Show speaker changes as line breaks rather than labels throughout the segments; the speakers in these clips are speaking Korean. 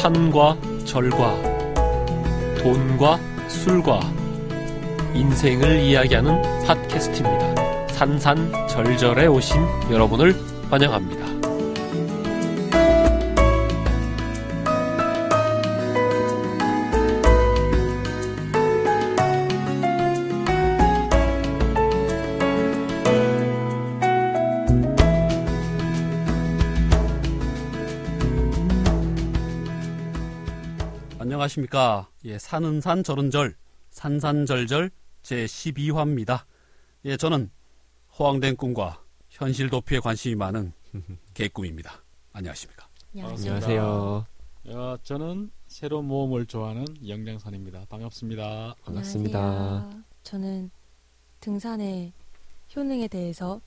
산과 절과 돈과 술과 인생을 이야기하는 팟캐스트입니다. 산산절절에 오신 여러분을 환영합니다. 안녕하십니까. 예, 사는 산, 절은 절, 산산절절 제12화입니다. 예, 저는 허황된 꿈과 현실 도피에 관심이 많은 개꿈입니다. 안녕하십니까.
안녕하세요.
안녕하세요.
예. 안녕하세요.
야, 어, 저는 새로운 모험을 좋아하는 영장선입니다. 반갑습니다.
반갑습니다.
안녕하세요. 저는 등산의 효능에 대해서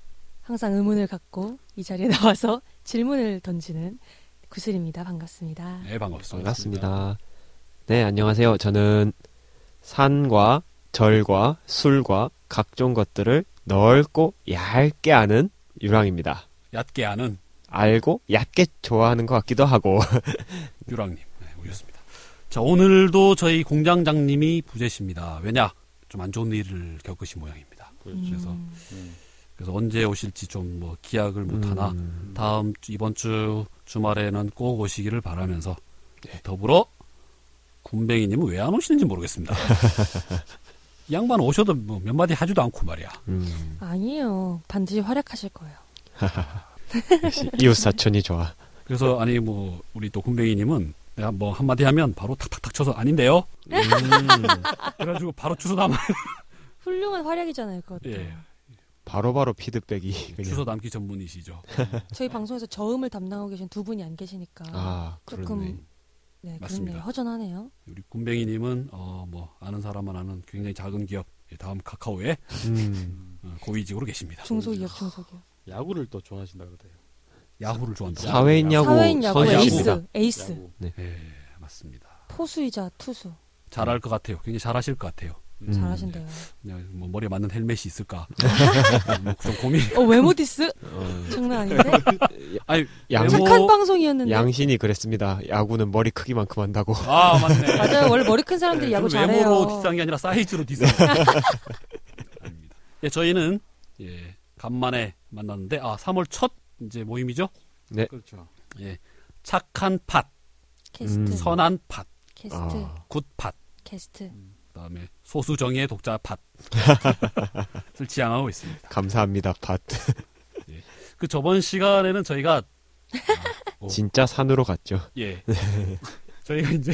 항상 의문을 갖고 이 자리에 나와서 질문을 던지는 구슬입니다. 반갑습니다.
네, 반갑습니다.
반갑습니다. 네, 안녕하세요. 저는 산과 절과 술과 각종 것들을 넓고 얇게 아는 유랑입니다.
얕게 아는
알고 얕게 좋아하는 것 같기도 하고.
유랑님, 네, 오셨습니다. 자, 오늘도 저희 공장장님이 부재십니다. 왜냐? 좀 안 좋은 일을 겪으신 모양입니다. 그래서,
음,
음,
그래서 언제 오실지 좀 뭐 기약을 못하나
음,
다음 주- 이번 주 주말에는 꼭 오시기를 바라면서
네.
더불어 군뱅이님은 왜 안 오시는지 모르겠습니다. 이 양반 오셔도 뭐몇 마디 하지도 않고 말이야.
음,
아니에요. 반드시 활약하실 거예요.
역시 이웃 사촌이 좋아.
그래서
네.
아니 뭐 우리 또 군뱅이님은 내가 뭐 한마디 하면 바로 탁탁탁 쳐서 아닌데요. 그래가지고 바로 주소 담아
훌륭한 활약이잖아요. 그것도.
예.
바로바로 피드백이 그냥.
주소 담기 전문이시죠.
저희 방송에서 저음을 담당하고 계신 두 분이 안 계시니까
아,
조금-
그렇네.
네,
맞습니다.
그렇네요. 허전하네요.
우리 군뱅이님은 어 뭐 아는 사람만 아는 굉장히 작은 기업 예, 다음 카카오에
음,
어, 고위직으로 계십니다.
중소기업, 중소기업.
야구를 또 좋아하신다 그러대요.
야후를 좋아한다.
사회인 야구
사회인 야구
선수입니다.
에이스, 에이스,
야구.
예 맞습니다.
포수이자 투수.
잘할 것 같아요. 굉장히 잘하실 것 같아요.
음.
잘하신대요.
그냥 뭐 머리에 맞는 헬멧이 있을까? 뭐좀 고민.
어, 외모 디스?
어,
장난 아닌데?
아니,
양,
외모-
착한 방송이었는데.
양신이 그랬습니다. 야구는 머리 크기만큼 한다고.
아 맞네.
맞아요. 원래 머리 큰 사람들이
예,
야구
저는
잘해요.
외모로 뒷상이 아니라 사이즈로 뒷상. 아닙니다. 예, 저희는 예, 간만에 만났는데 아 3월 첫 이제 모임이죠.
그렇죠.
예, 착한 팥,
캐스트,
음. 선-
선한 팥,
캐스트,
아,
굿 팥,
캐스트.
그다음에 소수 정의의 독자 팥을 지향하고 있습니다.
감사합니다, 밭.
그 저번 시간에는 저희가 오.
진짜 산으로 갔죠.
예,
네.
저희가 이제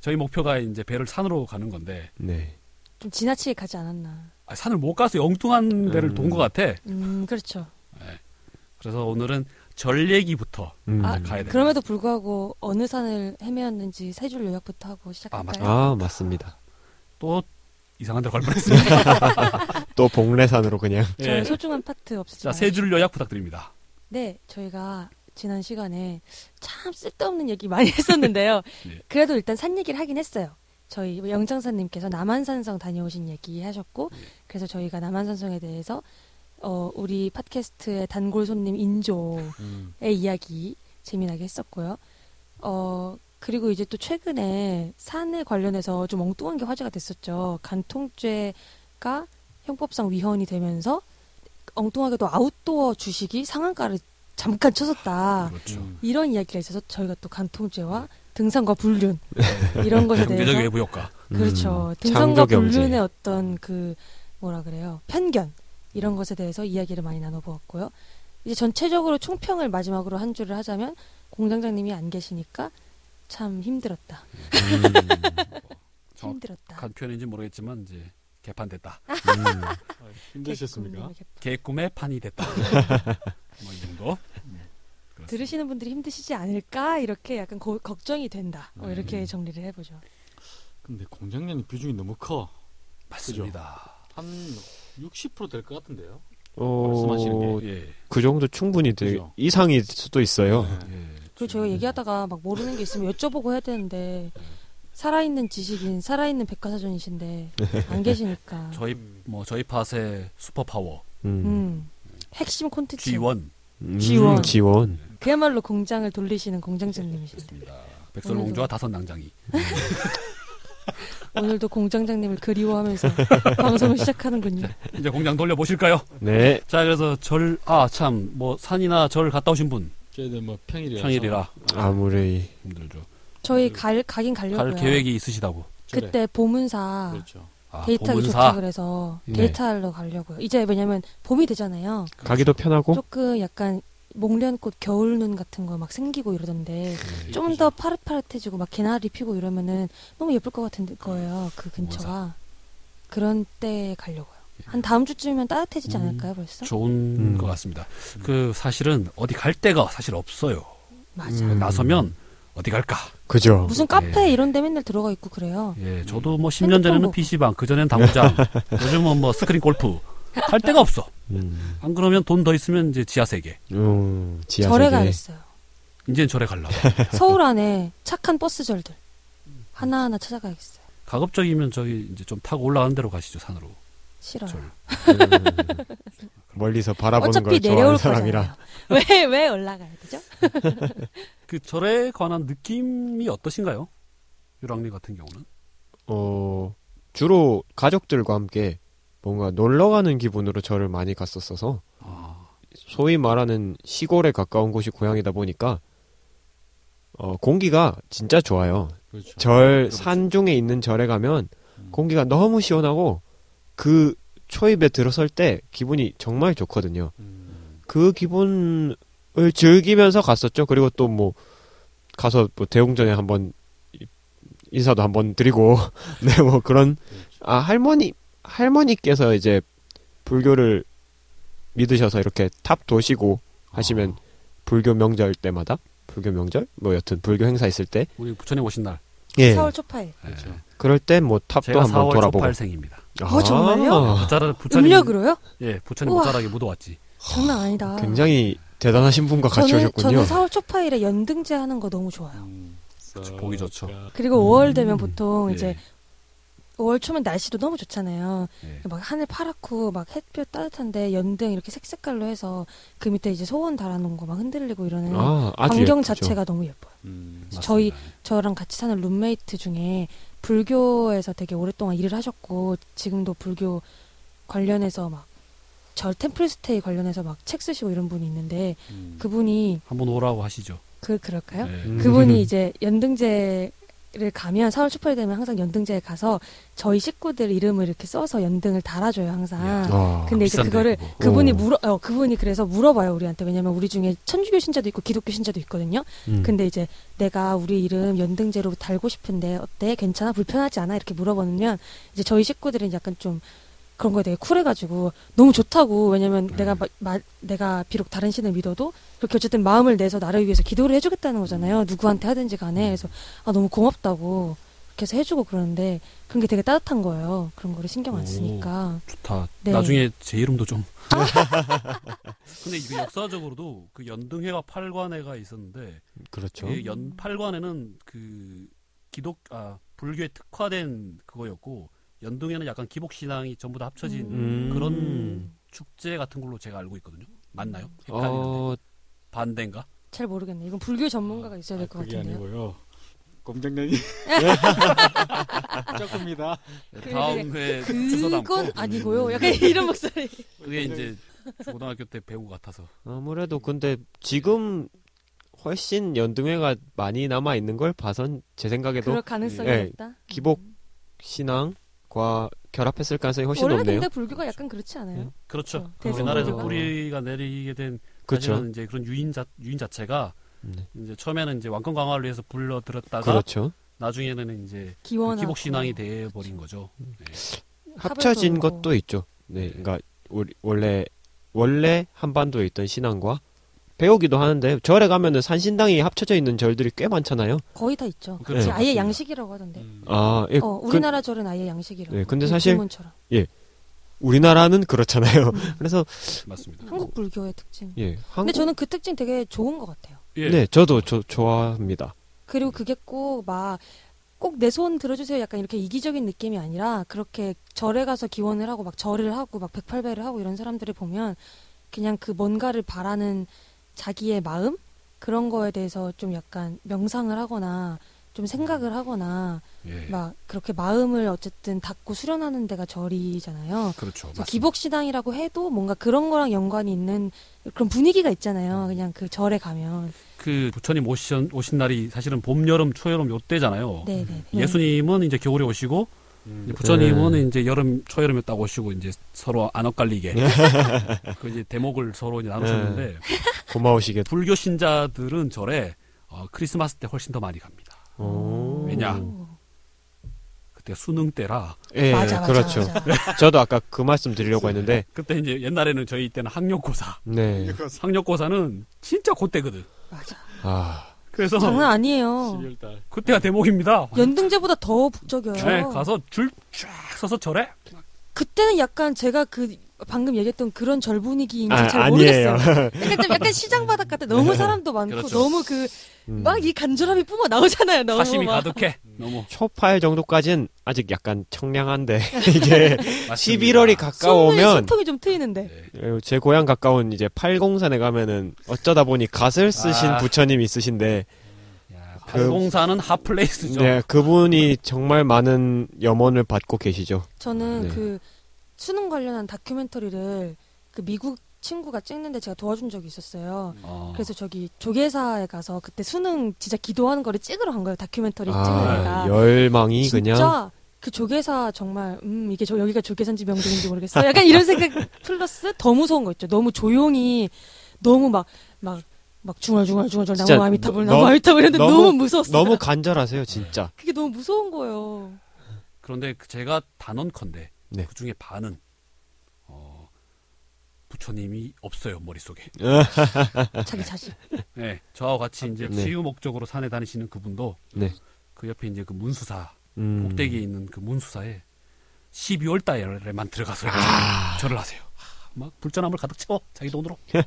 저희 목표가 이제 배를 산으로 가는 건데
네.
좀 지나치게 가지 않았나.
아, 산을 못 가서 엉뚱한 데를
음.
돈 것 같아.
음, 그렇죠.
그래서 오늘은 절 얘기부터
음.
아,
가야 돼.
그럼에도 불구하고 어느 산을 헤매었는지 세 줄 요약부터 하고 시작할까요?
아, 맞습니다.
또 이상한 데로 갈 뻔했습니다.
또 봉래산으로 그냥.
저의
예.
소중한 파트 없으지
자,
말아요.
세 줄 요약 부탁드립니다.
네, 저희가 지난 시간에 참 쓸데없는 얘기 많이 했었는데요.
네.
그래도 일단 산 얘기를 하긴 했어요. 저희 뭐 영장사님께서 남한산성 다녀오신 얘기 하셨고, 그래서 저희가 남한산성에 대해서 어, 우리 팟캐스트의 단골 손님 인조
음.
의 이야기 재미나게 했었고요. 어, 그리고 이제 또 최근에 산에 관련해서 좀 엉뚱한 게 화제가 됐었죠. 간통죄가 형법상 위헌이 되면서 엉뚱하게도 아웃도어 주식이 상한가를 잠깐 쳐섰다.
그렇죠.
음.
이런 이야기가 있어서 저희가 또 간통죄와 등산과 불륜 이런 것에
경제적
대해서
외부 효과.
그렇죠.
음,
등산과
창조 경제.
불륜의 어떤 그 뭐라 그래요? 편견 이런 것에 대해서 이야기를 많이 나눠보았고요. 이제 전체적으로 총평을 마지막으로 한 줄을 하자면 공장장님이 안 계시니까 참 힘들었다.
정확한
힘들었다.
표현인지 모르겠지만 이제 개판됐다.
음,
아,
그 네,
힘드셨습니까?
개꿈의 판이 됐다. 뭐 이 정도. 음, 그렇습니다.
들으시는 분들이 힘드시지 않을까 이렇게 약간 고- 걱정이 된다. 뭐 이렇게
음.
정리를 해보죠.
근데 공장장님 비중이 너무 커.
맞습니다.
한 60%될 것 같은데요.
어,
말씀하시는
예.
그 정도 충분히 되,
그죠? 네.
이상일 수도 있어요.
예.
그리고 저희가 얘기하다가 막 모르는 게 있으면 여쭤보고 해야 되는데 살아있는 지식인, 살아있는 백과사전이신데 안 계시니까.
저희
음.
뭐 저희 팟의 슈퍼 파워
음.
음. 핵심 콘텐츠.
G1
음,
지원.
지원.
그야말로 공장을 돌리시는 공장장님이셨어요.
입니다. 백설공주와 다섯 낭장이.
오늘도 공장장님을 그리워하면서 방송을 시작하는군요.
이제 공장 돌려보실까요?
네.
자, 그래서 절, 아, 참, 뭐, 산이나 절 갔다 오신 분,
저희들 뭐 평일이라서
평일이라
아무래이
예, 힘들죠.
저희 갈 가긴
그 갈
가려고요.
계획이 있으시다고.
주말에.
그때 보문사
그렇죠.
아,
데이트하기 좋다 그러니까.
보문사.
그래서
네.
데이트하러 가려고요. 이제 왜냐면 봄이 되잖아요.
가기도
어?
편하고
조금 약간 목련꽃 겨울눈 같은 거 막 생기고 이러던데
네,
좀
이쁘죠.
더 파릇파릇해지고 막 개나리 피고 이러면은 너무 예쁠 것 같은 거예요. 그 근처가 그런 때 가려고요. 한 다음 주쯤이면 따뜻해지지
예. 음.
않을까요 벌써?
좋은
음.
것 같습니다. 그, 사실은 어디 갈 데가 사실 없어요.
맞아.
음.
나서면 어디 갈까?
그죠.
무슨 카페 이런 데 맨날 들어가 있고 그래요.
예, 저도 뭐
핸드폰
10년 전에는
보고.
PC방, 그전엔 당구장, 요즘은 뭐 스크린 골프. 갈 데가 없어.
음.
안 그러면 돈 더 있으면 이제 지하세계.
음, 지하
절에
세계.
가겠어요.
이젠 절에 갈라.
서울 안에 착한 버스절들 하나하나 찾아가야겠어요.
가급적이면 저기 이제 좀 타고 올라가는 데로 가시죠, 산으로.
싫어요.
절.
음. 멀리서 바라보는
어차피
걸
내려올
좋아하는
거잖아요.
사람이라.
왜 왜 올라가야 되죠?
그 절에 관한 느낌이 어떠신가요? 유랑리 같은 경우는?
어, 주로 가족들과 함께 뭔가 놀러 가는 기분으로 절을 많이 갔었어서
아,
소위 말하는 시골에 가까운 곳이 고향이다 보니까 어, 공기가 진짜 좋아요.
그렇죠.
절, 산 중에 있는 절에 가면
음.
공기가 너무 시원하고 그 초입에 들어설 때 기분이 정말 좋거든요.
음.
그 기분을 즐기면서 갔었죠. 그리고 또 뭐 가서 뭐 대웅전에 한번 이- 인사도 한번 드리고 네 뭐 그런
그렇죠.
아 할머니 할머니께서 이제 불교를 믿으셔서 이렇게 탑 도시고 하시면
아,
불교 명절 때마다 불교 명절 뭐 여튼 불교 행사 있을 때
우리 부처님 오신 날.
예.
서울 초파일.
그렇죠.
그럴 때 뭐 탑도
제가
한번
4월
돌아보고
초팔생입니다. 예,
어, 정말요?
아,
부자라, 부처님.
음력으로요?
예, 부처님
우와.
모자라게 묻어왔지.
장난 아니다.
굉장히 대단하신 분과 같이
저는 저는
오셨군요.
4월 초파일에 연등제 하는 거 너무 좋아요.
음. 그러니까,
그렇죠. 보기 좋죠.
썩-
그리고
음.
5월 되면 보통
예,
이제 5월 초면 날씨도 너무 좋잖아요.
예.
막 하늘 파랗고 막 햇볕 따뜻한데 연등 이렇게 색색깔로 해서 그 밑에 이제 소원 달아놓은 거 막 흔들리고 이러는
아, 아주
광경
예쁘죠.
자체가 너무 예뻐요.
음.
저희-
맞습니다.
저랑 같이 사는 룸메이트 중에 불교에서 되게 오랫동안 일을 하셨고 지금도 불교 관련해서 막 절 템플스테이 관련해서 막 책 쓰시고 이런 분이 있는데
음.
그분이
한번 오라고 하시죠.
그 그럴까요?
예.
음.
그분이 이제 연등제를 가면 4월 초팔 되면 항상 연등제에 가서 저희 식구들 이름을 이렇게 써서 연등을 달아줘요 항상.
아,
근데 이제
비싼데,
그거를
그거.
그분이
오.
물어 어, 그분이 그래서 물어봐요 우리한테 왜냐면 우리 중에 천주교 신자도 있고 기독교 신자도 있거든요.
음.
근데 이제 내가 우리 이름 연등제로 달고 싶은데 어때 괜찮아 불편하지 않아 이렇게 물어보면 이제 저희 식구들은 약간 좀 그런 거에 되게 쿨해가지고 너무 좋다고 왜냐면
네.
내가 마- 마- 내가 비록 다른 신을 믿어도 그렇게 어쨌든 마음을 내서 나를 위해서 기도를 해주겠다는
음.
거잖아요 누구한테 하든지 간에 그래서 아 너무 고맙다고 그렇게 해서 해주고 그러는데 그런 게 되게 따뜻한 거예요 그런 거를 신경 안
오.
쓰니까
좋다.
네. 아.
나중에 제 이름도 좀. 근데 이거 역사적으로도 그 연등회와 팔관회가 있었는데
그렇죠.
그 연, 팔관회는 그 기독 아 불교에 특화된 그거였고 연등회는 약간 기복 신앙이 전부 다 합쳐진
음.
그런 축제 같은 걸로 제가 알고 있거든요. 맞나요? 헷갈리는데.
어,
반대인가?
잘 모르겠네 이건 불교 전문가가 있어야 될 것
아, 그게
같은데요
아니고요. 공장장님 조금이다.
그래,
네, 다음 회에 주소
그건
담고 음.
아니고요 약간
네.
이런 목소리
그게 이제 고등학교 때 배운 것 같아서
아무래도 근데 지금 훨씬 연등회가 많이 남아 있는 걸 봐선 제 생각에도
그럴 가능성이
예,
있다.
기복 신앙과 결합했을 가능성이 훨씬
원래
높네요. 네.
근데 불교가 약간 그렇지 않아요?
그렇죠.
어, 대성
우리나라에서
불교가.
뿌리가 내리게 된
그렇죠.
사실은 이제 그런 유인 자 유인 자체가
네.
이제 처음에는 이제 왕권 강화를 위해서 불러 들었다가
그렇죠.
나중에는 이제 그
기원
기복 신앙이 돼 버린 거죠.
합쳐진
합쳐서. 뭐.
것도 있죠. 네, 그러니까 우리- 원래 원래 한반도에 있던 신앙과 배우기도 하는데 절에 가면은 산신당이 합쳐져 있는 절들이 꽤 많잖아요.
거의 다 있죠.
그렇죠.
지금 아예
맞습니다.
양식이라고 하던데.
음,
아, 예,
어, 우리나라 절은 아예 양식이라고.
네, 근데 사실-
불문처럼.
우리나라는 그렇잖아요. 그래서
맞습니다.
한국 불교의 특징.
예,
음. 근데
한국
저는 그 특징 되게 좋은 것 같아요.
예.
네, 저도 저, 좋아합니다.
그리고 그게 꼭 막 꼭 내 손 들어주세요. 약간 이렇게 이기적인 느낌이 아니라 그렇게 절에 가서 기원을 하고 막 절을 하고 막 108배를 하고 이런 사람들을 보면 그냥 그 뭔가를 바라는 자기의 마음 그런 거에 대해서 좀 약간 명상을 하거나 좀 생각을 하거나
예.
막 그렇게 마음을 어쨌든 닫고 수련하는 데가 절이잖아요.
그렇죠.
그래서
맞습니다.
기복신앙이라고 해도 뭔가 그런 거랑 연관이 있는 그런 분위기가 있잖아요.
음.
그냥 그 절에 가면.
그 부처님 오신, 오신 날이 사실은 봄, 여름, 초여름 요때잖아요.
네네.
어. 예수님은 이제 겨울에 오시고
음.
이제 부처님은 이제 여름 초여름에 딱 오시고 이제 서로 안 엇갈리게 그 이제 대목을 서로 이제 나누셨는데 그
고마우시겠.
불교 신자들은 절에 어, 크리스마스 때 훨씬 더 많이 갑니다.
오.
왜냐? 그때 수능 때라
예,
음. 맞아, 맞아,
그렇죠.
맞아.
저도 아까 그 말씀 드리려고 했는데,
그때 이제 옛날에는 저희 때는 학력고사
네.
음.
학력고사는 진짜 그때거든.
맞아.
아,
그래서
장난 아니에요.
12월달.
그때가 대목입니다.
연등제보다 더 북적여요.
네, 가서 줄 쫙 서서 절에
그때는 약간 제가 그 방금 얘기했던 그런 절 분위기인지
아,
잘
아니에요. 네.
모르겠어요. 약간 좀 약간 시장 바닥 같아. 너무 사람도 많고
그렇죠.
너무 그 막 이
음.
간절함이 뿜어 나오잖아요. 너무
사심이
막.
가득해. 너무
초파일 정도까지는 아직 약간 청량한데 이게
맞습니다.
11월이
손에
가까우면
숨통이 좀
네.
트이는데.
어, 제 고향 가까운 이제 팔공산에 가면은 어쩌다 보니 갓을 쓰신
아.
부처님이 있으신데
야, 팔공사는 핫플레이스죠.
그 네, 그분이 정말 많은 염원을 받고 계시죠.
저는
네.
그 수능 관련한 다큐멘터리를 그 미국 친구가 찍는데 제가 도와준 적이 있었어요.
어.
그래서 저기 조계사에 가서 그때 수능 진짜 기도하는 거를 찍으러 간 거예요. 다큐멘터리 찍는
아,
애가.
열망이 그냥
진짜 그 조계사 정말 음 이게 저 여기가 조계사인지 명동인지 모르겠어. 약간 이런 생각 플러스 더 무서운 거 있죠. 너무 조용히 너무 막 막 막 중얼중얼중얼
진짜
나무 아미타불
너-
나무 아미타불 했는데
너무-
너무, 무서웠어요.
너무 간절하세요, 진짜.
그게 너무 무서운 거예요.
그런데 그 제가 단언컨대
네.
그 중에 반은 어, 부처님이 없어요 머릿 속에.
네.
자기 자신.
네, 저와 같이 이제
네.
치유 목적으로 산에 다니시는 그분도
네.
그 옆에 이제 그 문수사
음.
꼭대기에 있는 그 문수사에 12월 달에만 들어가서
아.
절을 하세요. 하, 막 불전함을 가득 채워 자기 돈으로 네,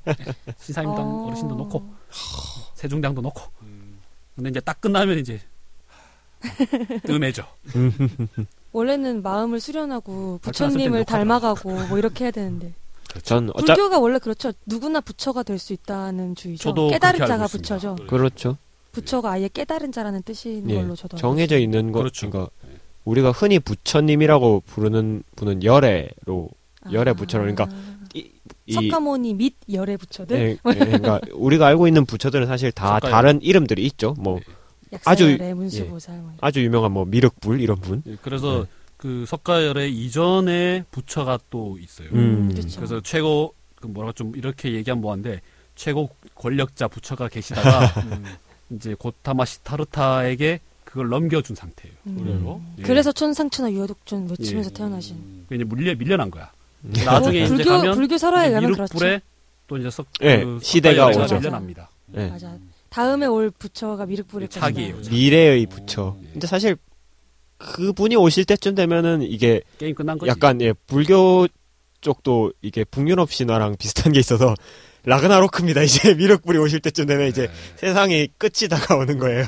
신사임당
어.
어르신도 놓고 세종장도 놓고
음.
근데 이제 딱 끝나면 이제 뜸해져.
원래는 마음을 수련하고
발전할 땐
부처님을
욕하더라.
닮아가고 뭐 이렇게 해야 되는데
전 어차
불교가 원래 그렇죠. 누구나 부처가 될 수 있다는 주의죠.
저도
깨달은
그렇게
자가
알고 있습니다.
부처죠.
그렇죠.
부처가 아예 깨달은 자라는 뜻인
예,
걸로 저도 알고
정해져 있는 것
그렇죠.
그러니까
네.
우리가 흔히 부처님이라고 부르는 분은 열애로
있어요.
열의 부처를 그러니까
아. 석가모니 및 열의 부처들
예, 예, 그러니까 우리가 알고 있는 부처들은 사실 다
색깔.
다른 이름들이 있죠. 뭐
네.
아주- 예.
약사열의 문수보살 뭐 이런.
아주 유명한 뭐 미륵불 이런 분.
예, 그래서 그 석가열의 이전에 부처가 또 있어요.
음.
그쵸.
그래서 최고 그 뭐랄까 좀 이렇게 얘기하면 뭐한데 최고 권력자 부처가 계시다가
음.
이제 고타마시 타르타에게 그걸 넘겨준 상태예요.
그래요? 음.
예.
음. 그래서 천상천하 유화독존 외치면서
예.
태어나신
그 이제 물려 밀려난 거야. 나중에
불교
이제 가면
불교 설화에 가면 그렇죠. 그렇지
미륵불에 또 이제 석
예,
그
시대가
석가열애가
오죠.
밀려납니다.
예.
맞아 다음에 올 부처가 미륵불에
예, 자기예요.
가시나요?
미래의 네. 부처.
예.
근데 사실 그분이 오실 때쯤 되면은 이게
게임 끝난 거지.
약간 예, 불교 쪽도 이게 북유럽 신화랑 비슷한 게 있어서 라그나로크입니다. 이제 미륵불이 오실 때쯤 되면 이제
네.
세상이 끝이 다가오는 거예요.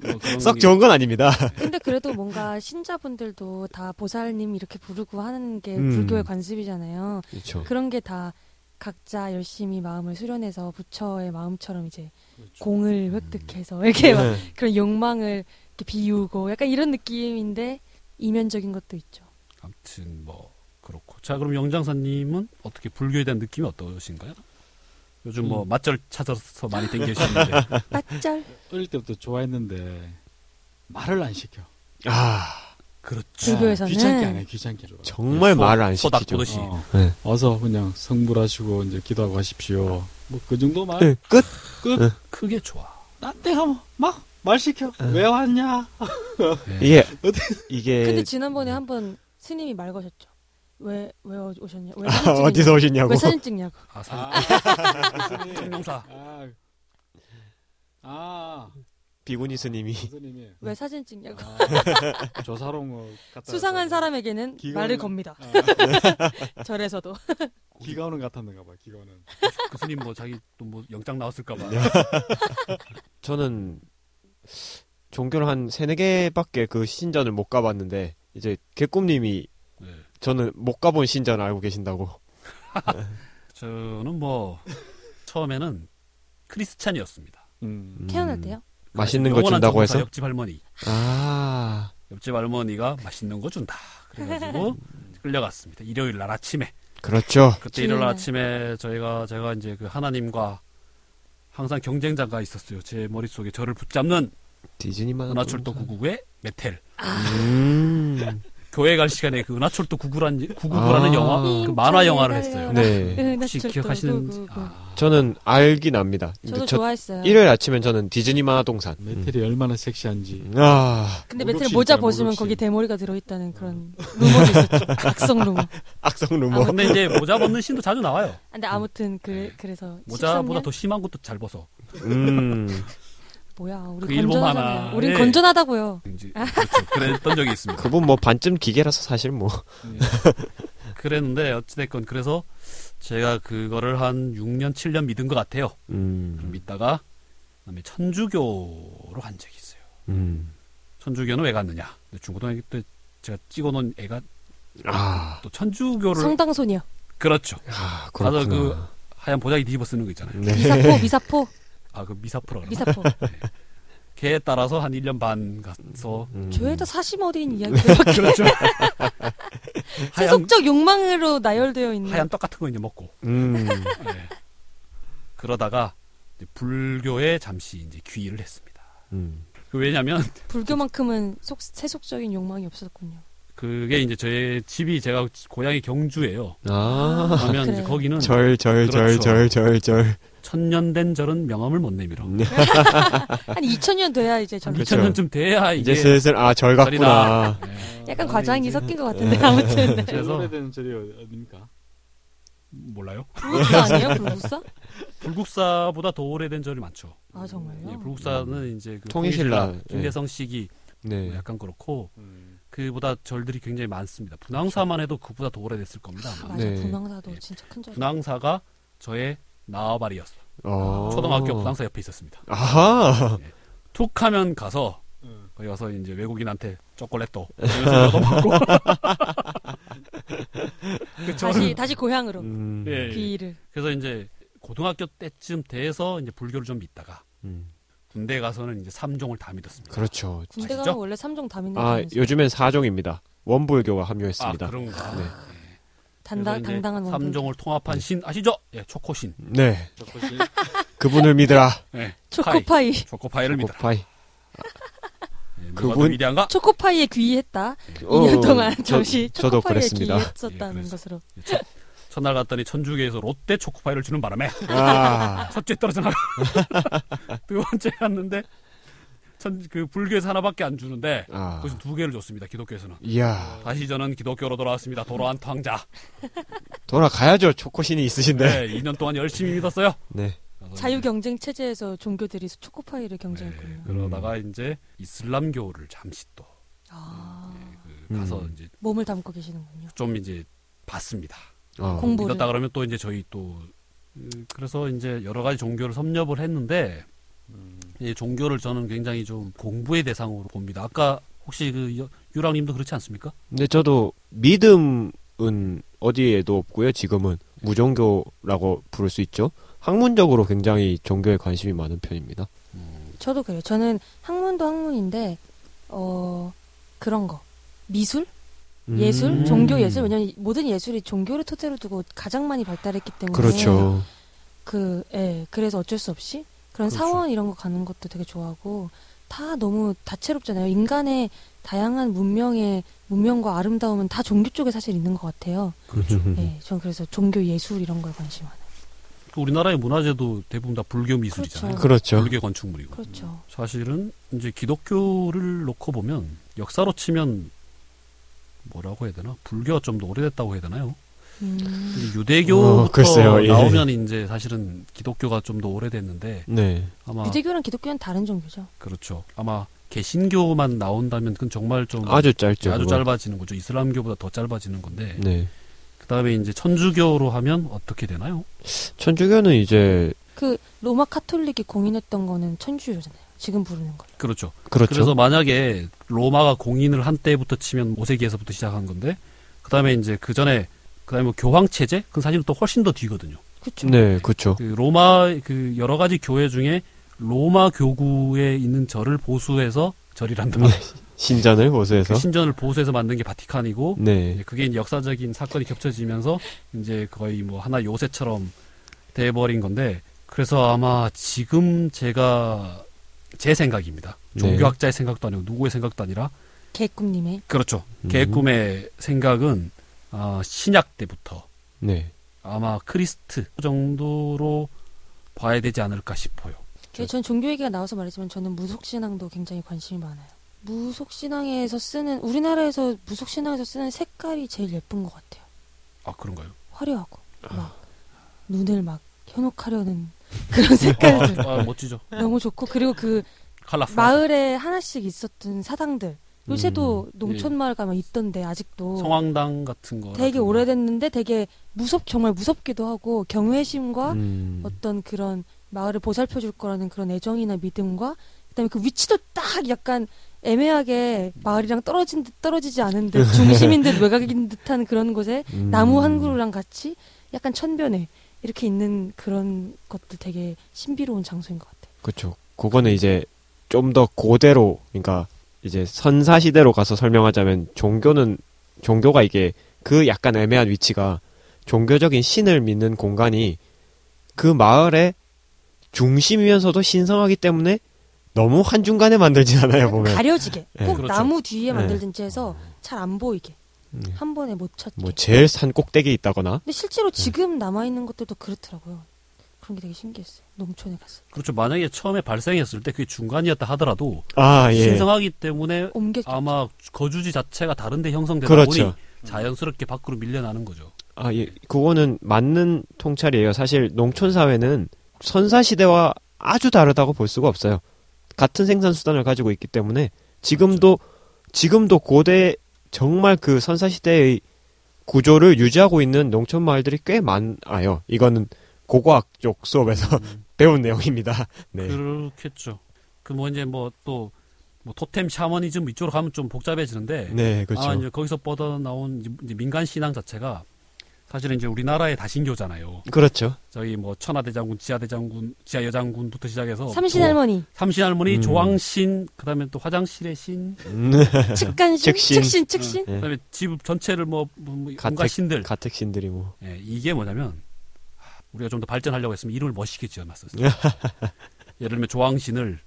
네, 뭐 그런
썩
게-
좋은 건 아닙니다.
근데 그래도 뭔가 신자분들도 다 보살님 이렇게 부르고 하는 게
음.
불교의 관습이잖아요
그렇죠.
그런 게 다 각자 열심히 마음을 수련해서 부처의 마음처럼 이제
그렇죠.
공을
음.
획득해서 이렇게
네.
막 그런 욕망을 이렇게 비우고 약간 이런 느낌인데 이면적인 것도 있죠
아무튼 뭐 그렇고. 자 그럼 영장사님은 어떻게 불교에 대한 느낌이 어떠신가요? 요즘 뭐
음.
맞절 찾아서 많이 댕기시는데
빠짤
어릴 때부터 좋아했는데 말을 안 시켜. 아,
아
그렇죠.
불교에서는
귀찮게 안 해. 귀찮게.
정말
소-
말을 안
소닥
시키죠.
보듯이.
어.
네.
와서 그냥 성불하시고 이제 기도하고 하십시오. 뭐 그 정도 말.
예, 끝.
크게 좋아.
나한테 하면 막 말 시켜. 왜 왔냐?
네.
이게 예. 이게
근데 지난번에 한 번 스님이 말 거셨죠. 왜, 왜 어- 오셨냐? 왜
아,
사진 찍냐?
어디서 오셨냐고.
왜 사진 찍냐고.
아, 사
아,
청룡사.
아, 아,
비구니 스님이
선생님이.
음.
왜 사진 찍냐고.
아, 조사롱어 같다.
수상한 사람에게는
기가
말을
막히네.
겁니다.
아,
절에서도.
음.
기가 오는 같았는가 봐. 기가 오는.
그 스님 뭐 자기 또 뭐 영장 나왔을까봐.
예. 저는 종교를 한 세네 개밖에 그 신전을 못 가봤는데 이제 개꿈님이
네.
저는 못 가본 신전을 알고 계신다고.
저는 뭐 처음에는 크리스찬이었습니다.
음.
태어날 때요.
맛있는 거
영원한
준다고
전도사
해서?
옆집 할머니.
아,
옆집 할머니가 맛있는 거 준다. 그래가지고 끌려갔습니다. 일요일 날 아침에.
그렇죠.
그때 일요일 날
주일날.
아침에 저희가 제가 이제 그 하나님과 항상 경쟁자가 있었어요. 제 머릿속에 저를 붙잡는
디즈니만.
은하철도 99의 메텔.
음.
교회 갈 시간에 그 은하철도 99란, 99라는
아.
영화, 그
음,
만화 영화를 했어요.
네.
혹시 기억하시는지. 아,
저는 알긴 압니다. 근데
저도
저
좋아했어요.
일요일 아침엔 저는 디즈니 만화동산.
메텔이 얼마나 섹시한지.
아,
근데
목욕실
매트에 모자
있잖아요,
벗으면
목욕실.
거기 대머리가 들어있다는 그런 루머도 있었죠. 악성 루머. 아,
악성 루머.
아, 근데 이제 모자 벗는 신도 자주 나와요.
근데 아무튼 그, 그래서
네. 모자보다
13년?
더 심한 것도 잘 벗어.
네.
음.
뭐야 우리
그 일본
건전하잖아요.
하나에-
우린 건전하다고요.
이제 그렇죠. 그랬던 적이 있습니다.
그분 뭐 반쯤 기계라서 사실 뭐.
예.
그랬는데 어찌됐건 그래서 제가 그거를 한 6년 7년 믿은 것 같아요.
음.
믿다가 그다음에 천주교로 간 적이 있어요.
음.
천주교는 왜 갔느냐? 근데 중고등학교 때 제가 찍어놓은 애가
아,
또 천주교를
성당 소녀
그렇죠.
아,
가서
그렇구나.
하얀 보자기 뒤집어 쓰는 거 있잖아요.
네.
미사포
음.
미사포
아 그 미사프라 그러나?
미사포.
걔에 따라서 한 1년 반 가서
음.
조회도 사심 어린
네.
이야기들
그렇죠. 하얀
세속적 욕망으로 나열되어 있는.
하얀 떡 같은 거 이제 먹고
음.
예. 그러다가 이제 불교에 잠시 이제 귀의를 했습니다.
음.
그 왜냐면
불교만큼은 속, 세속적인 욕망이 없었군요.
그게 이제 저의 집이 제가 고향이 경주예요.
아.
그러면
그래요.
이제 거기는
절, 절, 절,
그렇죠.
절, 절, 절.
천년된 절은 명함을 못 내밀어.
음. 아.
한 2000년 돼야 이제 저는
그렇죠.
2000년쯤 돼야 이게
이제 슬슬, 아, 절 같구나.
약간
아,
과장이
네,
이제
섞인 것 같은데 아무튼
그래서-
네.
제일 오래된 절이 어딥니까?
몰라요.
불국사 아니에요? 불국사?
불국사보다 더 오래된 절이 많죠.
아 정말요?
예, 불국사는 이제 그
음. 통일신라, 예.
통일신라, 김대성 시기 뭐
네.
약간 그렇고
음.
그보다 절들이 굉장히 많습니다. 분황사만 해도 그보다 더 오래됐을 겁니다. 아마.
맞아
네.
분황사도
예.
진짜 큰 절.
분황사가 저의 나와바리였어요.
어.
아, 초등학교 분황사 옆에 있었습니다. 예.
아하.
툭 하면 가서
음.
거기 가서 이제 외국인한테 초콜릿도 이러면서 먹고
다시 다시 고향으로
음.
예.
귀를.
그래서 이제 고등학교 때쯤 돼서 이제 불교를 좀 믿다가
음.
군대 가서는 이제 삼종을 다 믿었습니다.
그렇죠.
군대 가면
아시죠?
원래 삼종 다 믿는
아,
거면서
요즘엔 4종입니다. 원불교가
음, 아
합류했습니다.
그런가.
네.
단당 당당한 원불.
삼종을 통합한 신 아시죠? 예, 초코신.
네.
저것이
그분을 믿으라.
예, 파이.
초코파이.
초코파이를 믿어라.
고파이.
예, 뭐가
그분-
더 위대한가?
초코파이에 귀의했다.
어,
2년 동안
저-
잠시
저도
초코파이에
그랬습니다.
예,
귀의했었다는
그래서.
것으로.
예, 첫, 첫날 갔더니 천주교에서 롯데 초코파이를 주는 바람에
아,
첫째 떨어져 나가. 두 번째 갔는데 천 그 불교에서 하나밖에 안 주는데
아.
거기서 두 개를 줬습니다. 기독교에서는.
이야.
다시 저는 기독교로 돌아왔습니다. 도로한 황자.
돌아가야죠. 초코신이 있으신데.
네, 2년 동안 열심히 믿었어요.
네.
그래서
자유 경쟁 체제에서 종교들이 초코파이를 경쟁했군요.
네, 그러다가 이제 이슬람교를 잠시 또
아,
그 가서
음.
이제
몸을 담고 계시는군요.
좀 이제 봤습니다.
어.
공부. 공부를.
믿었다 그러면 또 이제 저희 또 음, 그래서 이제 여러 가지 종교를 섭렵을 했는데
음.
이 종교를 저는 굉장히 좀 공부의 대상으로 봅니다. 아까 혹시 그 여- 유랑님도 그렇지 않습니까?
근데 저도 믿음은 어디에도 없고요. 지금은 무종교라고 부를 수 있죠. 학문적으로 굉장히 종교에 관심이 많은 편입니다.
저도 그래요. 저는 학문도 학문인데 어 그런 거 미술, 예술,
음.
종교 예술. 왜냐면 모든 예술이 종교를 토대로 두고 가장 많이 발달했기 때문에
그렇죠.
그 예, 그래서 어쩔 수 없이 그런
그렇죠.
사원 이런 거 가는 것도 되게 좋아하고 다 너무 다채롭잖아요. 인간의 다양한 문명의 문명과 아름다움은 다 종교 쪽에 사실 있는 것 같아요.
그렇죠.
음.
예, 전 그래서 종교 예술 이런 거에 관심 많아요.
또 우리나라의 문화재도 대부분 다 불교 미술이잖아요.
그렇죠.
그렇죠.
불교 건축물이고
그렇죠.
사실은 이제 기독교를 놓고 보면 역사로 치면 뭐라고 해야 되나 불교가 좀 더 오래됐다고 해야 되나요?
음,
근데 유대교부터
어, 글쎄요, 예.
나오면 이제 사실은 기독교가 좀 더 오래됐는데
네.
아마
유대교랑 기독교는 다른 종교죠.
그렇죠. 아마 개신교만 나온다면 그건 정말 좀 아주, 뭐.
아주 짧죠. 그거.
짧아지는 거죠. 이슬람교보다 더 짧아지는 건데
네.
그다음에 이제 천주교로 하면 어떻게 되나요?
천주교는 이제
그 로마 카톨릭이 공인했던 거는 천주교잖아요. 지금 부르는 거.
그렇죠.
그렇죠.
그래서 만약에 로마가 공인을 한 때부터 치면 5세기에서부터 시작한 건데 그다음에 이제 그 전에 그다음에 뭐 교황 체제 그건 사실 또 훨씬 더 뒤거든요.
그렇죠.
네, 그렇죠.
그 로마 그 여러 가지 교회 중에 로마 교구에 있는 절을 보수해서 절이란다.
네. 신전을 보수해서
그 신전을 보수해서 만든 게 바티칸이고
네.
이제 그게 이제 역사적인 사건이 겹쳐지면서 이제 거의 뭐 하나 요새처럼 돼버린 건데 그래서 아마 지금 제가 제 생각입니다.
네.
종교학자의 생각도 아니고 누구의 생각도 아니라
개꿈님의
그렇죠.
음.
개꿈의 생각은 아, 신약 때부터
네.
아마 크리스트 정도로 봐야 되지 않을까 싶어요.
예, 전 종교 얘기가 나와서 말했지만 저는 무속신앙도 굉장히 관심이 많아요. 무속신앙에서 쓰는 우리나라에서 무속신앙에서 쓰는 색깔이 제일 예쁜 것 같아요.
아 그런가요?
화려하고
아.
막 눈을 막 현혹하려는 그런 색깔들
아, 아, 멋지죠.
너무 좋고 그리고 그
컬러풀.
마을에 하나씩 있었던 사당들 요새도 농촌
예.
마을 가면 있던데 아직도
성황당 같은 거.
되게 오래됐는데 되게 무섭 정말 무섭기도 하고 경외심과
음.
어떤 그런 마을을 보살펴 줄 거라는 그런 애정이나 믿음과 그다음에 그 위치도 딱 약간 애매하게 마을이랑 떨어진 듯 떨어지지 않은 듯 중심인 듯 외곽인 듯한 그런 곳에
음.
나무 한 그루랑 같이 약간 천변에 이렇게 있는 그런 것도 되게 신비로운 장소인 것 같아요.
그렇죠. 그거는 이제 좀 더 고대로 그러니까 이제 선사 시대로 가서 설명하자면 종교는 종교가 이게 그 약간 애매한 위치가 종교적인 신을 믿는 공간이 그 마을의 중심이면서도 신성하기 때문에 너무 한중간에 만들진 않아요,
약간
보면.
가려지게
예.
꼭
그렇죠.
나무 뒤에
예.
만들든지 해서 잘 안 보이게 한 번에 못 찾게.
뭐 제일 산 꼭대기에 있다거나
근데 실제로 지금 남아 있는 것들도 그렇더라고요. 그런 게 되게 신기했어요. 농촌에 갔을 때
그렇죠. 만약에 처음에 발생했을 때 그게 중간이었다 하더라도
아, 예.
신성하기 때문에
옮겨
아마 거주지 자체가 다른데 형성되다
그렇죠.
보니 자연스럽게 밖으로 밀려나는 거죠.
아, 예. 그거는 맞는 통찰이에요. 사실 농촌 사회는 선사 시대와 아주 다르다고 볼 수가 없어요. 같은 생산 수단을 가지고 있기 때문에 지금도 지금도 고대 정말 그 선사 시대의 구조를 유지하고 있는 농촌 마을들이 꽤 많아요. 이거는 고고학 쪽 수업에서 배운 내용입니다. 네.
음. 그렇겠죠. 그 뭐 이제 뭐 또 토템 샤머니즘 이쪽으로 가면 좀 복잡해지는데
네, 그렇죠.
아마 이제 거기서 뻗어 나온 민간 신앙 자체가 사실은 이제 우리나라의 다신교잖아요.
그렇죠.
저희 뭐 천하대장군, 지하대장군, 지하여장군부터 시작해서
삼신
조-
할머니
삼신 할머니,
음. 네.
조왕신, 그다음에 또 화장실의 신,
측간신,
측신.
측신, 측신.
네.
그다음에 집 전체를 뭐, 뭐, 뭐 온갖
가택-
신들
가택 신들이 뭐.
예, 이게 뭐냐면 하, 우리가 좀 더 발전하려고 했으면 이름을 멋있게 지어놨어요. 예를 들면 조왕신을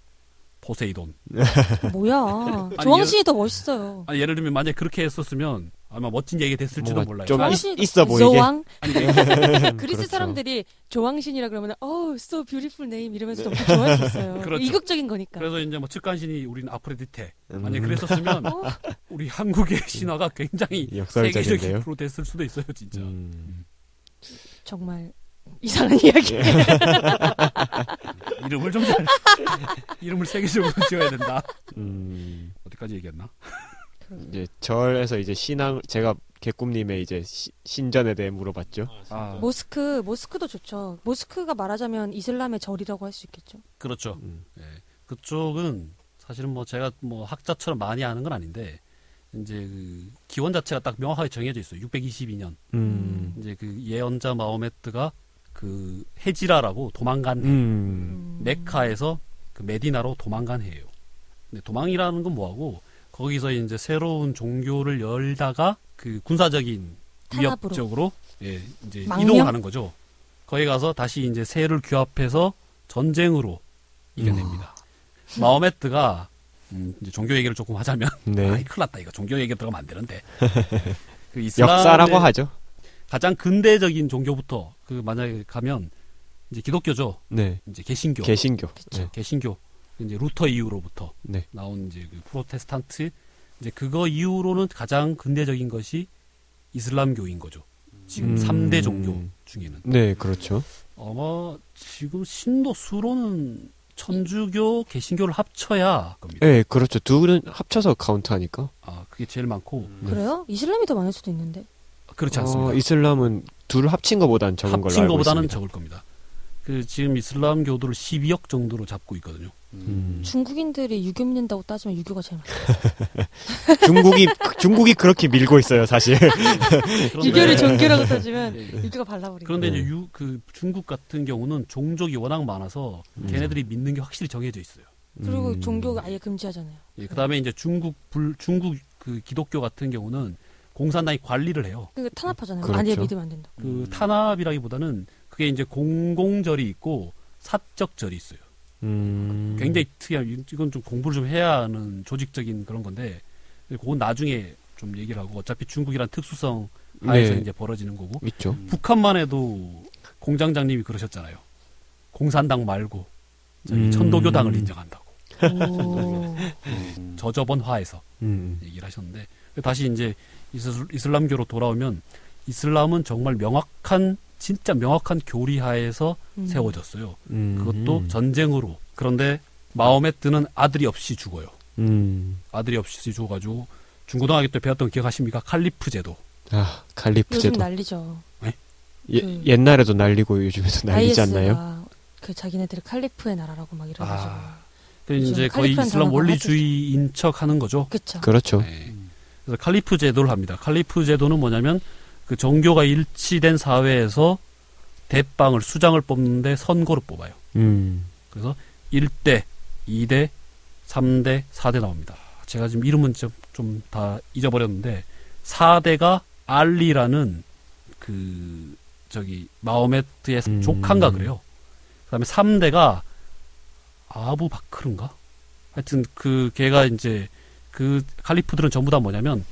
포세이돈.
어, 뭐야?
아니,
조왕신이 더 멋있어요.
아니, 예를 들면 만약 에 그렇게 했었으면 아마 멋진 얘기 됐을지도
뭔가
몰라요. 그러니까
뭐좀
아니,
조왕신이
있- 있어
더-
보이게.
조왕. 그리스
그렇죠.
사람들이 조왕신이라 그러면 oh so beautiful name 이러면서 좀 좋아할 수 있어요.
그렇죠.
이국적인 거니까.
그래서 이제 뭐 측간신이 우리는 아프로디테. 만약 에
음.
그랬었으면
어?
우리 한국의 신화가 굉장히
역설적인데요.
세계적으로 됐을 수도 있어요, 진짜.
음.
정말 이상한 이야기.
이름을 좀 잘, 이름을 세계적으로 지어야 된다.
음.
어디까지 얘기했나?
이제 절에서 이제 신앙 제가 개꿈님의 이제 시- 신전에 대해 물어봤죠.
아,
모스크, 모스크도 좋죠. 모스크가 말하자면 이슬람의 절이라고 할 수 있겠죠.
그렇죠.
음.
예. 그쪽은 사실은 뭐 제가 뭐 학자처럼 많이 아는 건 아닌데 이제 그 기원 자체가 딱 명확하게 정해져 있어요. 622년
음.
이제 그 예언자 마호메트가 그 헤지라라고 도망간 해.
음.
음.
메카에서 그 메디나로 도망간 해예요. 근데 도망이라는 건 뭐하고 거기서 이제 새로운 종교를 열다가 그 군사적인
탄압으로.
위협적으로 예, 이제
망명?
이동하는 거죠. 거기 가서 다시 이제 새를 규합해서 전쟁으로 이겨냅니다. 마호메트가 음, 이제 종교 얘기를 조금 하자면 아이
네.
큰일 났다 이거 종교 얘기 들어가면 안 되는데 그 이슬람의
역사라고 하죠.
가장 근대적인 종교부터 그 만약에 가면 이제 기독교죠
네.
이제 개신교
개신교. 네.
개신교 이제 루터 이후로부터
네.
나온 이제 그 프로테스탄트 이제 그거 이후로는 가장 근대적인 것이 이슬람교인 거죠. 지금
음.
삼 3대 종교 중에는
네, 그렇죠.
아마 지금 신도 수로는 천주교, 개신교를 합쳐야 겁니다.
네, 그렇죠. 둘은 합쳐서 카운트하니까.
아 그게 제일 많고
네.
그래요? 이슬람이 더 많을 수도 있는데.
그렇지 않습니다.
어, 이슬람은 둘 합친 것보단 어, 적은 걸로
합친
알고
것보다는
있습니다.
적을 겁니다. 그 지금 이슬람 교도를 12억 정도로 잡고 있거든요.
음.
중국인들이 유교 믿는다고 따지면 유교가 제일 많아요.
중국이 중국이 그렇게 밀고 있어요, 사실.
그런데-
유교를 종교라고 따지면 유교가 발라버리고.
그런데 이제
네.
유, 그 중국 같은 경우는 종족이 워낙 많아서
음.
걔네들이 믿는 게 확실히 정해져 있어요.
그리고
음.
종교가 아예 금지하잖아요.
예, 그다음에 이제 중국 불 중국 그 기독교 같은 경우는 공산당이 관리를 해요.
그러니까 탄압하잖아요.
그렇죠.
아예 믿으면 안 된다.
그
음.
음.
탄압이라기보다는 그게 이제 공공절이 있고 사적절이 있어요.
음.
굉장히 특이한 이건 좀 공부를 좀 해야 하는 조직적인 그런 건데 그건 나중에 좀 얘기를 하고 어차피 중국이란 특수성 하에서
네.
이제 벌어지는 거고
있죠.
북한만 해도 공장장님이 그러셨잖아요. 공산당 말고 저기
음.
천도교당을 인정한다고
오.
음.
저저번화에서
음.
얘기를 하셨는데 다시 이제 이슬- 이슬람교로 돌아오면 이슬람은 정말 명확한 진짜 명확한 교리하에서
음.
세워졌어요.
음.
그것도 전쟁으로. 그런데 마호메트는 아들이 없이 죽어요.
음.
아들이 없이 죽어가지고 중고등학교 때 배웠던 거 기억하십니까? 칼리프 제도.
아,
요즘
갈리프제도.
난리죠.
예,
그-
옛날에도 날리고 요즘에도 날리지 않나요?
IS가 그 자기네들이 칼리프의 나라라고 막 이래가지고.
아. 그 이제
요즘
거의
그렇죠. 칼리프라는
이슬람
단어가
원리주의인 척 하는 거죠.
그쵸.
그렇죠.
네. 그래서 칼리프 제도를 합니다. 칼리프 제도는 뭐냐면 그 종교가 일치된 사회에서 대빵을 수장을 뽑는데 선거로 뽑아요.
음.
그래서 1대, 2대, 3대, 4대 나옵니다. 제가 지금 이름은 좀 다 잊어버렸는데 4대가 알리라는 그 저기 마호메트의
음.
조카인가 그래요. 그다음에 3대가 아부 바크른가? 하여튼 그 걔가 이제 그 칼리프들은 전부 다 뭐냐면